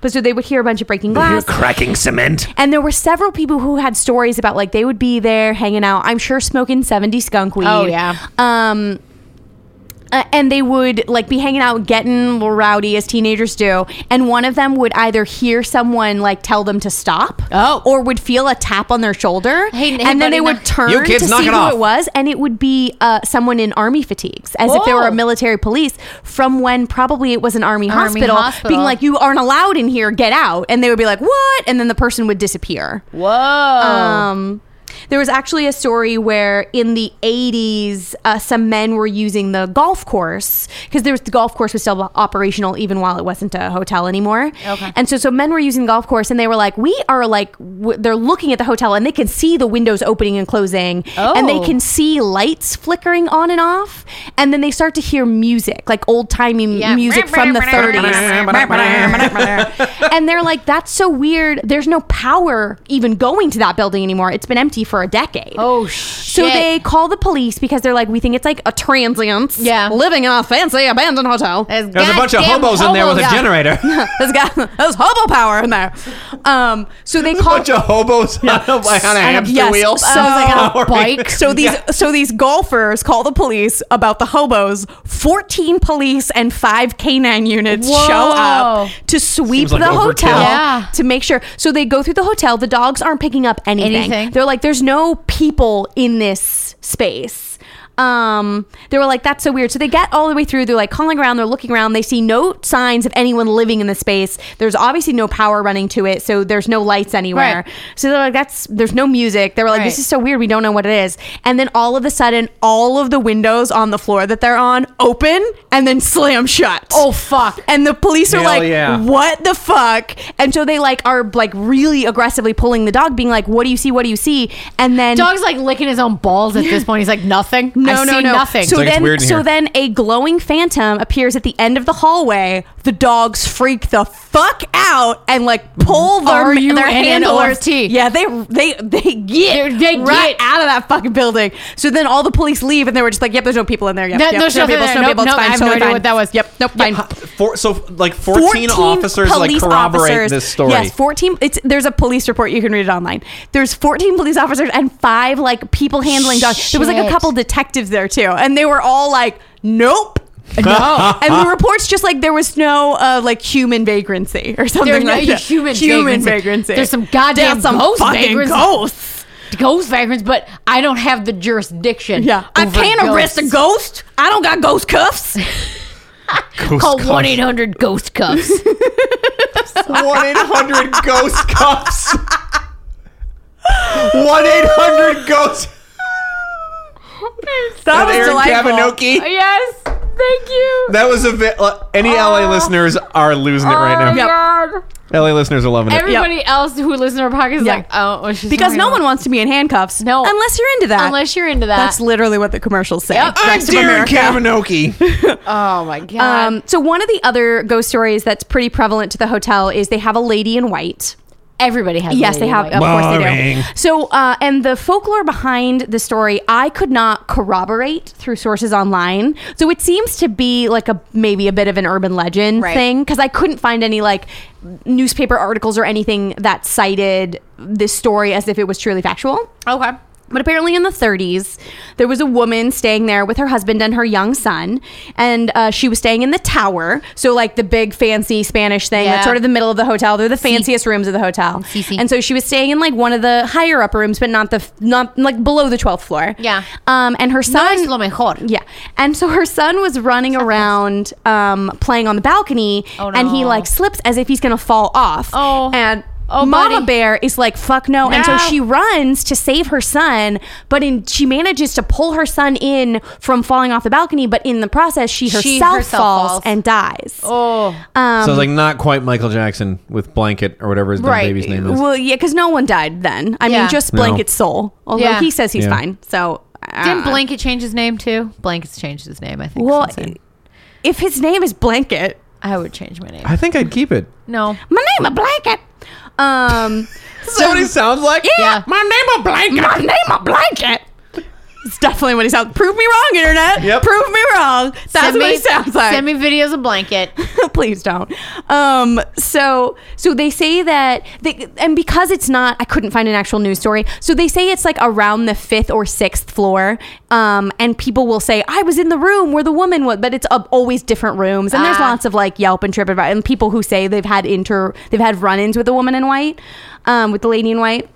But so they would hear a bunch of breaking glass.
cracking cement.
And there were several people who had stories about like they would be there hanging out. I'm sure smoking 70 skunk weed.
Oh, yeah.
Um uh, and they would like be hanging out, getting a little rowdy as teenagers do. And one of them would either hear someone like tell them to stop,
Oh.
or would feel a tap on their shoulder,
Hey, hey,
and then
buddy,
they
knock-
would turn
You kids,
to
knock
see
it
who
off.
it was, and it would be uh, someone in army fatigues, as if they were
Oh.
a military police from when probably it was an army,
Army
hospital,
hospital.
being like, "You aren't allowed in here, get out," and they would be like, "What?" and then the person would disappear.
Whoa.
Um, there was actually a story where in the 80s, uh, some men were using the golf course because there was the golf course was still operational even while it wasn't a hotel anymore.
Okay.
And so, so men were using the golf course and they were like, we are like, w- they're looking at the hotel and they can see the windows opening and closing and they
Oh.
can see lights flickering on and off. And then they start to hear music, like old timey
Yeah.
music from the 30s and they're like, that's so weird. There's no power even going to that building anymore. It's been empty for a decade.
Oh,
So
shit.
they call the police because they're like, we think it's like a transient
Yeah.
living in a fancy abandoned hotel.
There's a bunch of hobos in there with a generator.
There's got there's hobo power in there. Um, so they
a
call
bunch of hobos on a, on a hamster
yes,
wheel.
so- Oh.
a bike.
so these so these golfers call the police about the hobos. Fourteen police and five canine units
Whoa.
show up to sweep
Seems like
the
overkill.
hotel
Yeah.
to make sure. So they go through the hotel. The dogs aren't picking up anything.
Anything.
They're like, "There's no people in this space." Um, they were like, "That's so weird." So they get all the way through. They're like calling around. They're looking around. They see no signs of anyone living in the space. There's obviously no power running to it, so there's no lights anywhere.
Right.
So they're like, "That's there's no music." They were like,
Right.
"This is so weird. We don't know what it is." And then all of a sudden, all of the windows on the floor that they're on open and then slam shut.
Oh, fuck.
And the police are
Hell
like,
yeah.
"What the fuck?" And so they like are like really aggressively pulling the dog, being like, "What do you see? What do you see?" And then
Dog's like licking his own balls at this point. He's like, nothing.
no,
I
no,
see
no.
nothing.
So
like it's
then,
weird in
so
here.
then, a glowing phantom appears at the end of the hallway. The dogs freak the fuck out and like pull their
Are you
their
in an
handlers.
OFT?
Yeah, they they they get
They- they
right
get-
out of that fucking building. So then all the police leave, and they were just like, "Yep, there's no people in there. Yep,
That-
yep,
there's nothing there.
no
Nope,
people. It's
nope,
fine.
I have
so
no
we're
idea
fine.
what that was.
Yep, nope, fine."
Four, so like 14, officers like
police
corroborate
officers.
this story.
Yes, fourteen. It's there's a police report you can read it online. There's fourteen police officers and five like people handling dogs. There was like a
Shit.
couple detectives there too, and they were all like, "Nope." No, and the reports just like there was no uh, like human vagrancy or something
There's no
like that.
human
human
vagrancy. There's some goddamn
There's some
ghost
fucking
vagrancy.
ghosts.
ghost vagrants, but I don't have the jurisdiction.
Yeah, I
over
can't
ghosts.
arrest a ghost. I don't got ghost cuffs.
Call 1 800 Ghost Cuffs.
1 800 Ghost Cuffs. 1 800 Ghost.
That was
Aaron
delightful.
Kavanoki.
yes. Thank you.
That was a bit. Uh, any LA listeners are losing it right now.
Yep.
Oh God.
LA listeners are loving it.
Everybody else who listens to our podcast is
Yeah.
like, oh, well, she's
Because
talking
no one
about-
wants to be in handcuffs.
No.
unless you're into that.
unless you're into that.
That's literally what the commercials say.
Yep.
I'm
Next
Oh,
to
Darren
America.
Kavanoki.
oh my god.
Um, so one of the other ghost stories that's pretty prevalent to the hotel is they have a lady in white.
Everybody has.
Yes,
Lady
they have.
White.
Of course they
Boring.
do. So, uh, and the folklore behind the story, I could not corroborate through sources online. So it seems to be like a maybe a bit of an urban legend
Right.
thing because I couldn't find any like newspaper articles or anything that cited this story as if it was truly factual.
Okay.
But apparently, in the 30s, there was a woman staying there with her husband and her young son, and uh, she was staying in the tower. So, like the big fancy Spanish thing,
Yeah.
that's sort of the middle of the hotel. They're the fanciest rooms of the hotel.
see, see.
And so she was staying in like one of the higher up rooms, but not the f- not like below the 12th floor.
Yeah.
Um, and her son.
Lo mejor.
Yeah. And so her son was running around um, playing on the balcony
Oh,
and he
no.
like slips as if he's going to fall off.
Oh.
And
Oh,
Mama
buddy.
Bear is like, fuck no. And so
No.
she runs to save her son, but in, she manages to pull her son in from falling off the balcony. But in the process, she herself,
She herself
falls,
falls.
and dies.
Oh.
Um,
Sounds like not quite Michael Jackson with Blanket or whatever his dumb
Right.
baby's name is.
well, yeah, because no one died then. I
Yeah.
mean, just
No.
Blanket's soul. Although
Yeah.
he says he's
Yeah.
fine. So. uh, I
Didn't
don't know.
Blanket change his name too? uh, Blanket's changed his name, I think.
Well,
since then.
if his name is Blanket,
I would change my name.
I think I'd keep it.
No.
my name a blanket. Um,
That's what he sounds like?
Yeah.
My name a Blanket.
my name a blanket. It's definitely what he sounds. Prove me wrong, internet.
Yep.
Prove me wrong. That's
Send
what
me-
he sounds like.
Send me videos of blanket.
please don't um so so they say that they and because it's not i couldn't find an actual news story so they say it's like around the fifth or sixth floor um and people will say i was in the room where the woman was but it's uh, always different rooms and there's
Ah.
lots of like yelp and tripadvisor and people who say they've had inter they've had run-ins with the woman in white um with the lady in white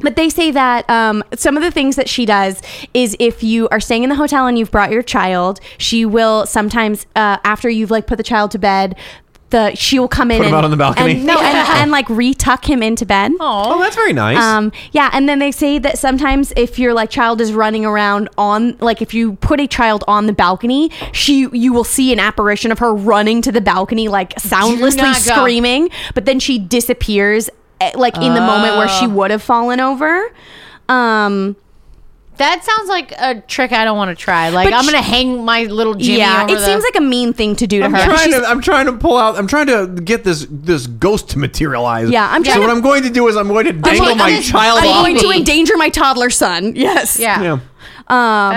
but they say that um, some of the things that she does is if you are staying in the hotel and you've brought your child, she will sometimes uh, after you've like put the child to bed, the she will come in
Put him
and
out on the balcony.
and- no, and, and like retuck him into bed.
Oh, that's very nice.
Um, yeah, and then they say that sometimes if your like child is running around on like if you put a child on the balcony, she you will see an apparition of her running to the balcony like soundlessly
not go.
screaming, but then she disappears eh, like in the moment where
Oh.
she would have fallen over. Um,
That sounds like a trick I don't want to try. Like
But
I'm
sh-
gonna hang my little Jimmy.
yeah,
over
it
the-
seems like a mean thing to do to
I'm
her.
trying
She's-
to. I'm trying to pull out. I'm trying to get this this ghost to materialize.
Yeah, I'm
So
trying
what
to-
I'm going to do is I'm going to dangle
like, I'm
my
just-
child
I'm
off.
going to
baby.
endanger my toddler son. Yes.
yeah.
Yeah.
Um,
That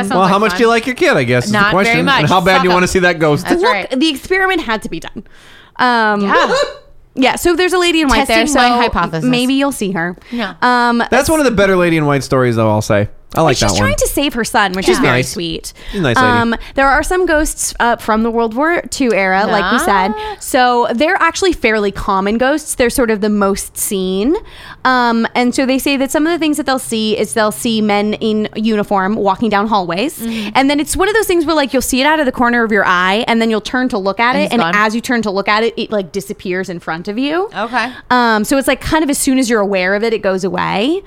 sounds
Well,
like
how much
fun.
do you like your kid? I guess is
Not
the
very
question.
much.
And how bad
Suck
do you want to
up.
see that ghost?
That's
look,
right.
the experiment had to be done. Um,
Yeah.
yeah, so there's a lady in white there,
Testing
so
my hypothesis.
maybe you'll see her.
Yeah.
Um,
That's one of the better Lady in White stories, though. I'll say. I like
she's
that
trying
one.
to save her son, which
She's
is very
nice.
sweet. Um,
She's a nice lady.
there are some ghosts uh, from the World War II era, like we said.
Ah.
So they're actually fairly common ghosts. They're sort of the most seen. Um, and so they say that some of the things that they'll see is they'll see men in uniform walking down hallways.
Mm-hmm.
And then it's one of those things where like you'll see it out of the corner of your eye and then you'll turn to look at it.
it's
And
gone.
as you turn to look at it, it like disappears in front of you.
Okay.
Um, so it's like kind of as soon as you're aware of it, it goes away.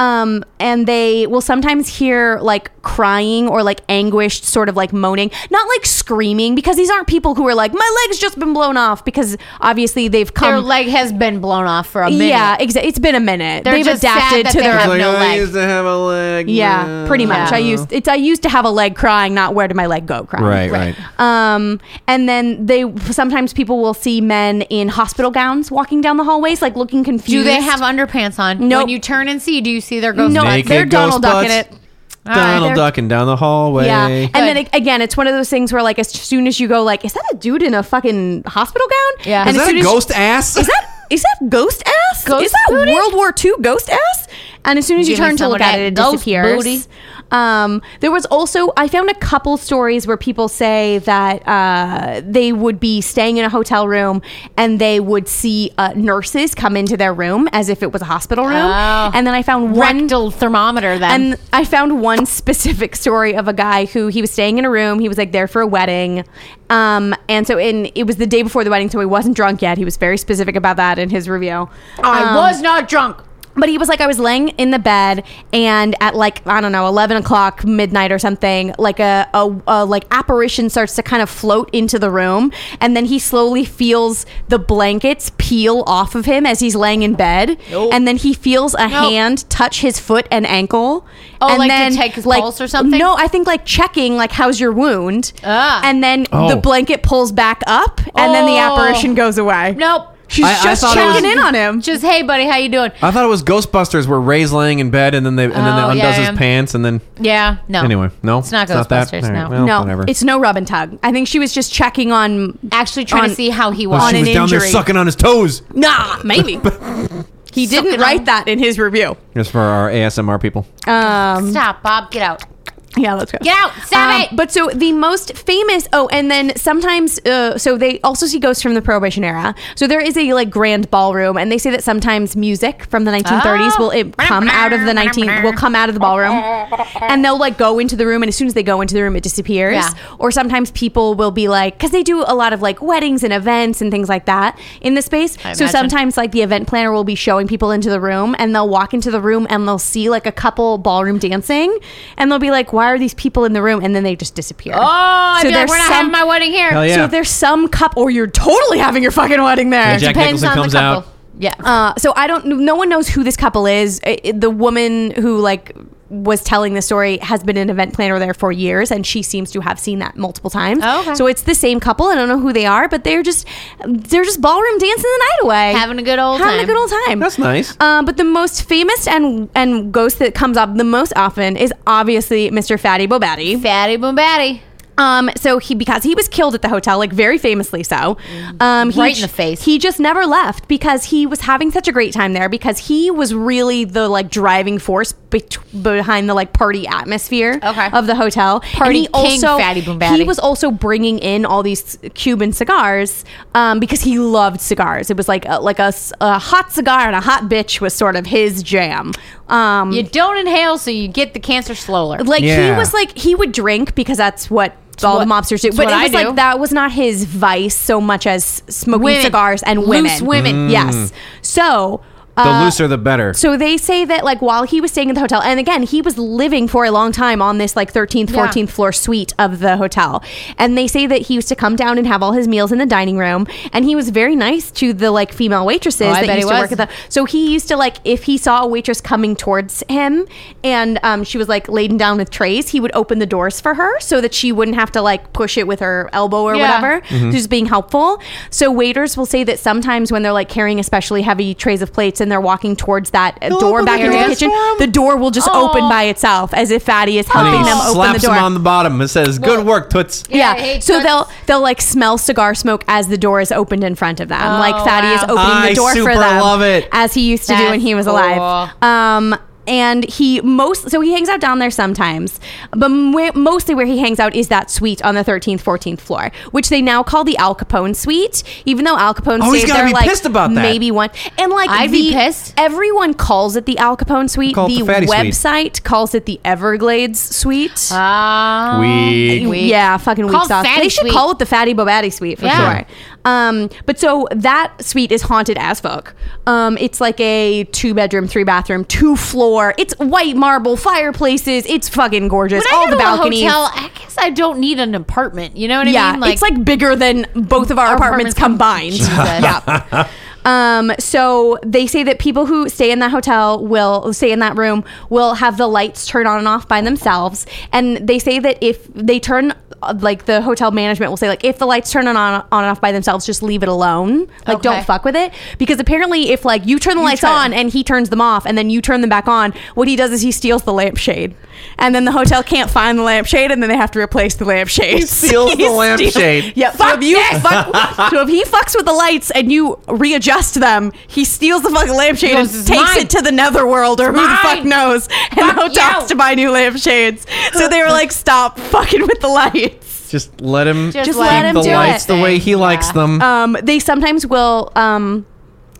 Um, and they will sometimes hear like crying or like anguished sort of like moaning, not like screaming because these aren't people who are like, my leg's just been blown off because obviously they've come.
Their leg has been blown off for a minute.
Yeah, exa- it's been a minute.
They're
they've
just sad
adapted
that
to
they
their.
have
It's like,
no
"Oh, I
leg."
used to have a leg.
yeah, pretty much.
Yeah.
I used it's I used to have a leg crying, not where did my leg go crying.
Right, right.
Um, and then they sometimes people will see men in hospital gowns walking down the hallways, like looking confused.
Do they have underpants on?
Nope.
When you turn and see, do you see their ghost?
No,
butt?
Naked
they're Donald
ghost
ducking
butts.
it.
Donald
they're-
ducking down the hallway.
Yeah. And
Good.
then ag- again, it's one of those things where like as soon as you go like, is that a dude in a fucking hospital gown?
Yeah.
And
Is
as
Is
soon
that a
as you-
ghost ass?
is that is that ghost ass?
Ghost
is that
booty?
World War II ghost ass? And as soon as you
Give me
turn to
some
look
of
at
that
it, it
ghost
disappears.
booty.
Um, there was also I found a couple stories where people say that uh, they would be staying in a hotel room and they would see uh, nurses come into their room as if it was a hospital room.
Oh.
And then I found one
rectal thermometer then.
and I found one specific story of a guy who he was staying in a room. He was like there for a wedding. Um, and so in it was the day before the wedding, so he wasn't drunk yet. He was very specific about that in his review.
I
Um,
was not drunk.
but he was like, I was laying in the bed, and at like I don't know, eleven o'clock, midnight or something, like a, a, a like apparition starts to kind of float into the room, and then he slowly feels the blankets peel off of him as he's laying in bed, and then he feels a hand touch his foot and ankle.
Oh,
and
like to take his pulse or something?
No, I think like checking, like how's your wound,
Ah.
and then
Oh.
the blanket pulls back up, and then the
Oh.
apparition goes away.
Nope.
she's
I- I
just
thought it was-
checking in on him.
Just hey, buddy, how you doing?
I thought it was Ghostbusters where Ray's laying in bed and then they and then
Oh,
they undoes
yeah,
his
yeah.
pants and then
Yeah. No.
anyway no
It's not
that.
Ghostbusters.
All right,
no.
well,
No,
whatever.
it's no rub and tug. I think she was just checking on.
Actually, trying
On-
to see how he
Oh,
was.
on
she
an
was down there
injury.
sucking on his toes.
Nah, maybe. he didn't
Sucking
write
on-
that in his review.
Just for our ASMR people.
Um,
Stop, Bob. Get out.
yeah, let's go. Um,
Get out. Stop it.
But so the most famous. Oh, and then sometimes. Uh, so they also see ghosts from the Prohibition era. So there is a like grand ballroom, and they say that sometimes music from the 1930s will it come out of the 19 will come out of the ballroom, and they'll like go into the room, and as soon as they go into the room, it disappears.
Yeah.
Or sometimes people will be like, because they do a lot of like weddings and events and things like that in the space.
I
So
imagine.
sometimes like the event planner will be showing people into the room and they'll walk into the room and they'll see like a couple ballroom dancing and they'll be like, why are these people in the room? And then they just disappear.
Oh, I feel like
there's
we're not having my wedding here.
Hell yeah.
So there's some cup, or you're totally having your fucking wedding there.
Jack
Depends
Nicholson
on the
comes
couple.
out.
Yeah.
Uh, so I don't. No one knows who this couple is. I- I- the woman who like was telling the story has been an event planner there for years, and she seems to have seen that multiple times.
Oh, okay.
So it's the same couple. I don't know who they are, but they're just they're just ballroom dancing the night away,
Having a good old
having
time.
a good old time.
That's nice.
Uh, but the most famous and and ghost that comes up the most often is obviously Mr. Fatty Bobatti.
Fatty boom batty.
Um, so he because he was killed at the hotel, like very famously so. Um, he
Mm. Right in
j-
the face.
He just never left because he was having such a great time there because he was really the like driving force bet- behind the like party atmosphere
Okay.
of the hotel.
Party
and he
king,
also,
Fatty Boom Batty.
He was also bringing in all these Cuban cigars um, because he loved cigars. It was like a, like a, s- a hot cigar and a hot bitch was sort of his jam. Um,
You don't inhale, so you get the cancer slower.
like
Yeah.
he was like he would drink because that's what all
what-
the mobsters do.
it's
But
what
it
I
was
do.
like that was not his vice so much as smoking
Women.
cigars and
Loose
women.
women.
Yes. So
the
uh,
looser, the better.
So they say that like while he was staying at the hotel, and again he was living for a long time on this like 13th,
Yeah.
14th floor suite of the hotel, and they say that he used to come down and have all his meals in the dining room, and he was very nice to the like female waitresses
Oh, I
that
bet he
used to work
was.
at the so he used to like if he saw a waitress coming towards him and um, she was like laden down with trays, he would open the doors for her so that she wouldn't have to like push it with her elbow or
Yeah.
whatever.
Mm-hmm.
Just being helpful. So waiters will say that sometimes when they're like carrying especially heavy trays of plates and they're walking towards that uh, door
open
back
the
into the
doors
kitchen,
for 'em.
the door will just
Aw.
open by itself as if Fatty is
and
helping
he
them open the
slaps
door.
him on the bottom and says, "Good work, toots."
Yeah,
Yeah.
I hate
so
cuts.
they'll they'll like smell cigar smoke as the door is opened in front of them. like Fatty is
Oh, wow.
opening
I
the door
super
for them.
love it.
As he used to do when
That's
he was alive.
cool.
Um and he most so he hangs out down there sometimes, but mo- mostly where he hangs out is that suite on the 13th, 14th floor, which they now call the Al Capone suite. Even though Al Capone
Oh, he's
stayed
gotta
there
be
like
pissed about that.
maybe one, and like
I'd
the,
be pissed.
Everyone calls it the Al Capone suite.
Call it
The,
the fatty suite.
website calls it the Everglades suite.
Ah.
Weak.
Weak.
Yeah, fucking weak
Call
sauce.
fatty
They should
sweet.
call it the Fatty Bobatti suite for
Yeah.
sure. Um, but so that suite is haunted as fuck. Um, it's like a two bedroom, three bathroom, two floor. It's white marble fireplaces. It's fucking gorgeous.
When I
All
go
the
to a
balconies.
hotel, I guess I don't need an apartment. You know what I
yeah,
mean? Like,
it's like bigger than both of our,
Our
apartments,
apartments com-
combined.
Jesus.
yeah. Um, so they say that people who stay in that hotel will stay in that room will have the lights turn on and off by themselves, and they say that if they turn uh, like the hotel management will say like if the lights turn on on and off by themselves just leave it alone like
Okay.
don't fuck with it because apparently if like you turn the lights
turn
on and he turns them off and then you turn them back on what he does is he steals the lampshade and then the hotel can't find the lampshade and then they have to replace the lampshade
steals the lampshade.
yeah, so if you fuck, so if he fucks with the lights and you readjust them, he steals the fucking lampshade and
Goes, "It's
takes
mine.
it to the netherworld or who the fuck
mine.
knows, and
Fuck
the hotels
you.
to buy new lampshades. So they were like, "Stop fucking with the lights."
Just let him.
Just
keep
let him
the
do
lights
it.
the way he
Yeah.
likes them.
Um, they sometimes will. Um,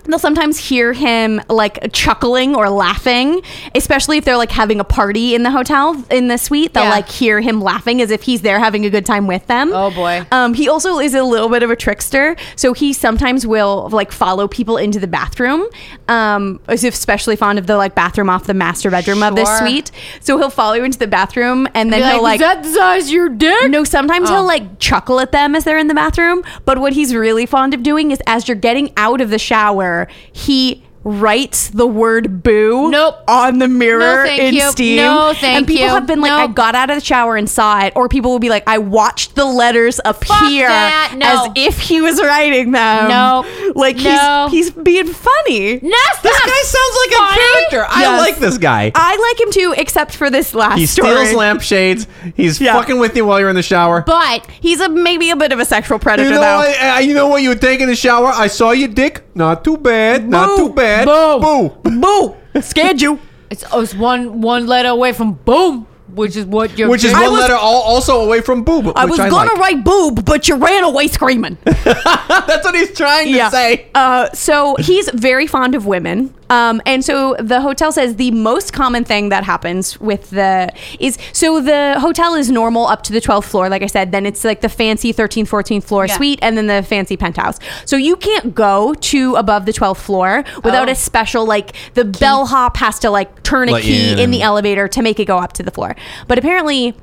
They'll sometimes hear him like chuckling or laughing, especially if they're like having a party in the hotel in the suite. They'll
Yeah.
like hear him laughing as if he's there having a good time with them.
Oh, boy.
Um, he also is a little bit of a trickster, so he sometimes will like follow people into the bathroom. Um, is especially fond of the like bathroom off the master bedroom of this
Sure.
suite. So he'll follow you into the bathroom and then
Be
he'll like
is that the size of your dick?
no, sometimes
Oh.
he'll like chuckle at them as they're in the bathroom. But what he's really fond of doing is as you're getting out of the shower, he writes the word boo
Nope.
on the mirror
No, thank
in
you.
steam.
No, thank
and people
you.
have been like, I
Nope.
got out of the shower and saw it. Or people will be like, I watched the letters appear
that. No.
as if he was writing them.
Nope.
Like
No.
he's he's being funny.
No, stop.
this guy sounds like a
Funny?
character. I
ah, Yes. Uh,
like this guy.
I like him too, except for this last
he
story.
steals lampshades. He's
Yeah.
fucking with you while you're in the shower.
But
He's a maybe a bit of a sexual predator
You know,
though.
what, uh, you know what? You were taking a shower. I saw your dick. Not too bad. Not
Boo.
too bad.
Boo.
Boo.
Boo! Scared you.
it's, oh, it's one one letter away from boom, which is what you're.
Which is
I
one
was-
letter all, also away from boob.
I
which
was
I
gonna
like.
write boob, but you ran away screaming.
That's what he's trying to say.
Uh, so he's very fond of women, um, and so the hotel says the most common thing that happens with the is so the hotel is normal up to the twelfth floor, like I said. Then it's like the fancy thirteenth, fourteenth floor
Yeah.
suite, and then the fancy penthouse. So you can't go to above the twelfth floor without
Oh.
a special like the bellhop has to like turn a
Let you
key
in.
in the elevator to make it go up to the floor. But apparently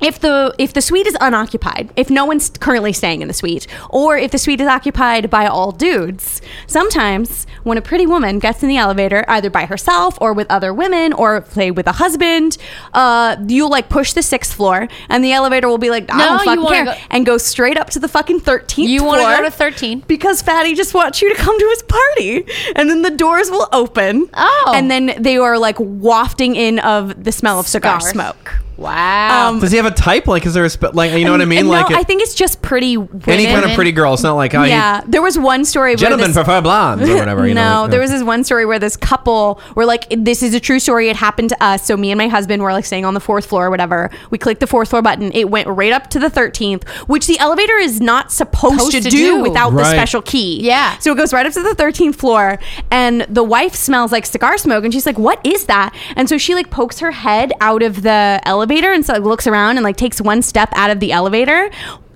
if the if the suite is unoccupied, if no one's currently staying in the suite, or if the suite is occupied by all dudes, sometimes when a pretty woman gets in the elevator, either by herself or with other women, or play with a husband, uh, you'll like push the sixth floor, and the elevator will be like, I
No,
don't
you
fucking
wanna
care,
go-
and go straight up to the fucking thirteenth.
You
want
wanna go to 13.
because Fatty just wants you to come to his party, and then the doors will open.
Oh.
and then they are like wafting in of the smell of cigar
Cigars.
smoke.
Wow.
Um,
Does he have a type? Like, is there a spe- like? You know what I mean?
And
Like
no,
it-
I think it's just pretty women.
any kind of pretty girl. It's not like oh, yeah.
yeah, there was one story.
Gentlemen
where this,
prefer blondes or whatever. You know,
no,
like,
there was this one story where this couple were like, "This is a true story. It happened to us." So me and my husband were like staying on the fourth floor or whatever. We clicked the fourth floor button. It went right up to the thirteenth, which the elevator is not supposed,
Supposed
to,
to
do,
do.
without the
Right.
special key.
Yeah.
So it goes right up to the thirteenth floor, and the wife smells like cigar smoke, and she's like, "What is that?" And so she like pokes her head out of the elevator and so like, looks around and like takes one step out of the elevator.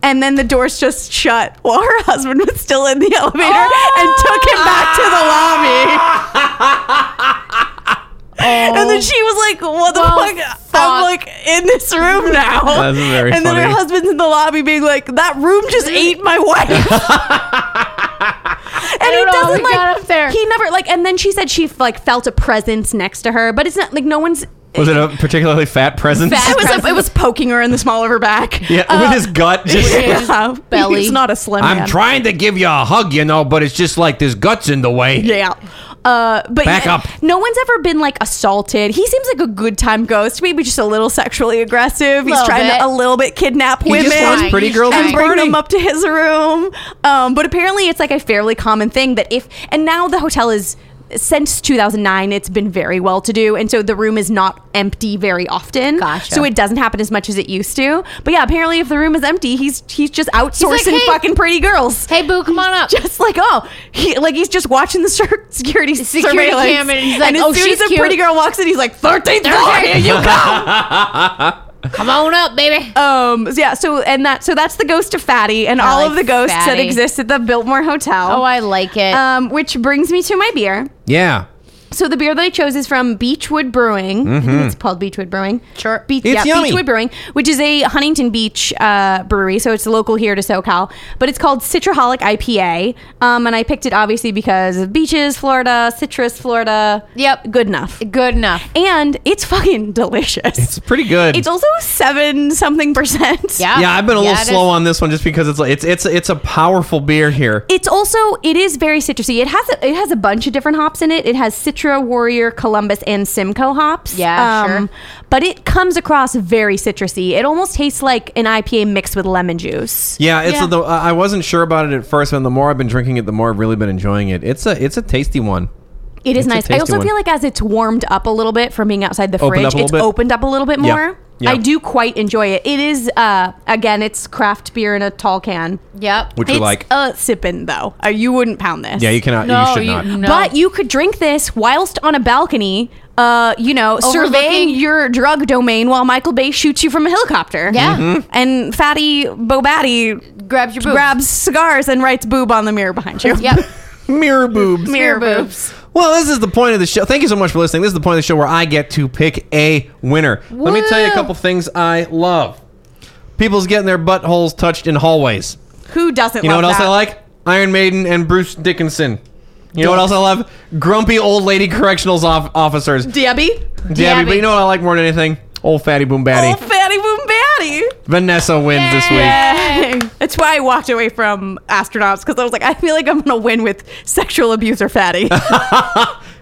And then the doors just shut while her husband was still in the elevator and took him back to the lobby. And then she was like, "What the
Oh. Well,
fuck? I'm
fuck.
like in this room now."
That's very
and then her
funny.
husband's in the lobby being like, "That room just ate my wife." and he
don't know how
doesn't
we
like
got up there.
he never like. And then she said she like felt a presence next to her, but it's not like no one's.
Was it a particularly fat presence?
It was it was poking her in the small of her back. Uh,
yeah, with his gut. Just,
um, Yeah.
belly.
He's not a slim man.
trying to give you a hug, you know, but it's just like there's guts in the way.
Yeah. Uh, but
Back
yeah,
up.
no one's ever been like assaulted. He seems like a good time ghost, maybe just a little sexually aggressive. He's
Little
trying
bit.
to a little bit kidnap
He
women
just wants
Trying,
pretty
he's
girls
trying.
and
and bring
burning.
them up to his room. Um, but apparently, it's like a fairly common thing that if and now the hotel is since 2009 it's been very well to do and so the room is not empty very often
Gotcha.
so it doesn't happen as much as it used to but yeah apparently if the room is empty he's he's just outsourcing
"Hey."
fucking pretty girls
hey, boo, come on up.
just like oh he like he's just watching the sur- security
Security
surveillance.
cam and he's like,
as
"Oh,
soon
she's
as a
cute."
pretty girl walks in he's like 13th floor here you go
Come on up, baby.
um so yeah so and that so that's the ghost of fatty and all
like
of the ghosts that
Fatty.
exist at the biltmore hotel
Oh, I like it.
um which brings me to my beer
Yeah.
so the beer that I chose is from Beechwood Brewing. I think it's called Beechwood Brewing. Sure. Beach,
Mm-hmm. It's
yeah,
yummy.
Beechwood Brewing, which is a Huntington Beach uh, brewery. So it's local here to SoCal. But it's called Citraholic IPA. Um, and I picked it obviously because of beaches, Florida, citrus, Florida.
Yep.
Good enough.
Good enough.
And it's fucking delicious.
It's pretty good.
It's also seven something percent.
Yeah.
yeah, I've been a
Yeah,
little
it is.
slow on this one just because it's like it's it's it's a powerful beer here.
It's also it is very citrusy. It has a, it has a bunch of different hops in it. It has Citra, Warrior, Columbus, and Simcoe hops. Um,
Yeah, sure.
But it comes across very citrusy. It almost tastes like an IPA mixed with lemon juice.
Yeah, it's
Yeah.
the I I wasn't sure about it at first, and the more I've been drinking it, the more I've really been enjoying it. It's a it's a tasty one.
It is
It's a
nice. I
tasty
also
one.
feel like as it's warmed up a little bit from being outside the
Opened up
fridge,
a little
it's
bit?
opened up a little bit
Yeah.
more.
Yeah.
I do quite enjoy it. It is uh again, it's craft beer in a tall can.
Yep.
Which- We
It's
like-
uh sipping though. Uh, you wouldn't pound this.
Yeah, you cannot.
No,
you should
you-
not.
no.
But you could drink this whilst on a balcony, uh, you know, surveying
Overlooking-
your drug domain while Michael Bay shoots you from a helicopter.
Yeah. Mhm.
Mm-hmm.
And fatty Bobatty
grabs your boobs.
grabs cigars and writes boob on the mirror behind you.
Yep.
Mirror boobs.
Mirror
Mirror
boobs.
Well, this is the point of the show. Thank you so much for listening. This is the point of the show where I get to pick a winner. Let me tell you a
Woo.
couple things I love. People's getting their buttholes touched in hallways.
Who doesn't
You know
love
what else
that?
I like? Iron Maiden and Bruce Dickinson. You know what else I love? Grumpy old lady correctionals off- officers.
Debbie.
Debbie, but you know what I like more than anything? Old fatty boom batty.
Oh, fatty boom batty.
Vanessa wins this week.
Yay. That's why I walked away from astronauts because I was like, I feel like I'm going to win with sexual abuser fatty.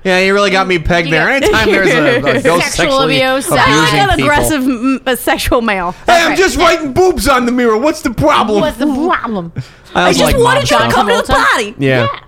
Yeah, you really got me pegged there. Anytime there's a, a ghost
Sexual
sexually
abuse.
abusing
I
I like an
people.
aggressive m- uh, sexual male.
Hey, I'm just writing boobs on the mirror. What's the problem?
What's the problem?
I,
I
was
just
like,
wanted
mom
you to
stuff.
come to the
Travolta.
party.
Yeah.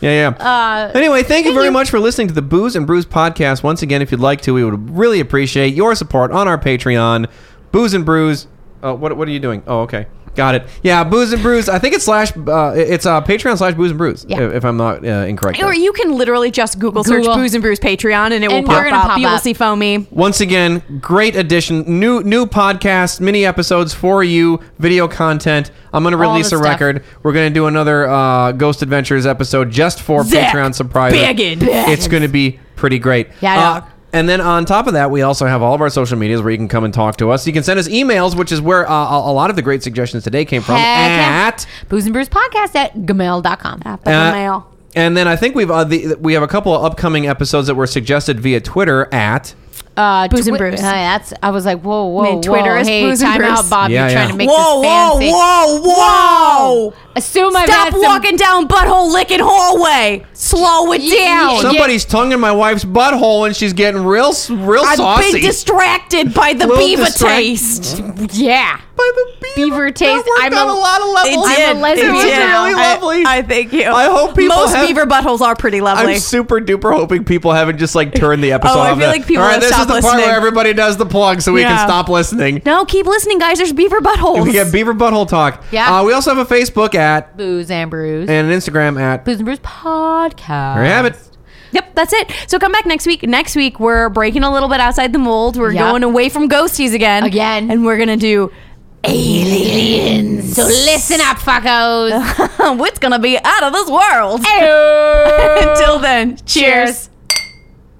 Yeah, yeah.
Uh,
anyway, thank you very much for listening to the Booze and Brews podcast. Once again, if you'd like to, we would really appreciate your support on our Patreon, Booze and Brews. Uh, what What are you doing? Oh, okay, got it. Yeah, Booze and Brews. I think it's slash. Uh, it's uh, Patreon slash Booze and Brews.
Yeah.
If, if I'm not uh, incorrect. there.
Or you can literally just Google, search
Google.
Booze and Brews Patreon and it will
And
pop
we're
up.
gonna pop
you will
up.
see foamy.
Once again, great addition. New new podcast, mini episodes for you, video content. I'm going to
All
release
the
a
stuff.
record. We're going to do another uh, Ghost Adventures episode just for
Zach
Patreon surprise.
Baggins.
It's going to be pretty great.
Yeah, I know.
Uh, And then on top of that, we also have all of our social medias where you can come and talk to us. You can send us emails, which is where uh, a a lot of the great suggestions today came from. at
Booze and Brews Podcast at gmail.com.
Up in the
Uh,
mail.
And then I think we've uh, the, we have a couple of upcoming episodes that were suggested via Twitter at.
Uh,
Booze and
Twi-
Brews.
uh, that's, I was like, whoa, whoa,
Man, Twitter
whoa.
is
hey,
Booze and
time out,
Brews.
Bob. you're
Yeah, yeah.
trying to make this
whoa,
fancy.
whoa, whoa!
Assume I've
Stop
had some-
walking down butthole licking hallway. Slow it
Ye-
down.
ye-
Somebody's tongue in my wife's butthole, and she's getting real, s- real
I've
saucy.
been distracted by the
Little
beaver
distract-
taste.
Yeah.
By the beaver,
Beaver taste.
That worked
I'm
on
a-
a lot of levels.
I'm a
did.
lesbian
It did.
now.
Really lovely.
I, I thank you.
I hope people
most
have-
beaver buttholes are pretty lovely.
I'm super duper hoping people haven't just like turned the episode
Oh, I
off.
feel like people
All right,
have
this is
stopped
the part where
listening.
everybody does the plug, so we
Yeah.
can stop listening.
no, keep listening, guys. There's beaver buttholes.
We get Beaver Butthole Talk.
Yeah.
Uh, we also have a Facebook at
Booze and Brews.
and an Instagram at.
Booze and Brews Podcast.
There you have it.
Yep, that's it. So come back next week. Next week we're breaking a little bit outside the mold. We're
Yep.
going away from ghosties again.
Again.
And we're gonna do
So listen up, fuckos.
what's gonna be out of this world.
Ayo.
Until then, cheers.
Cheers.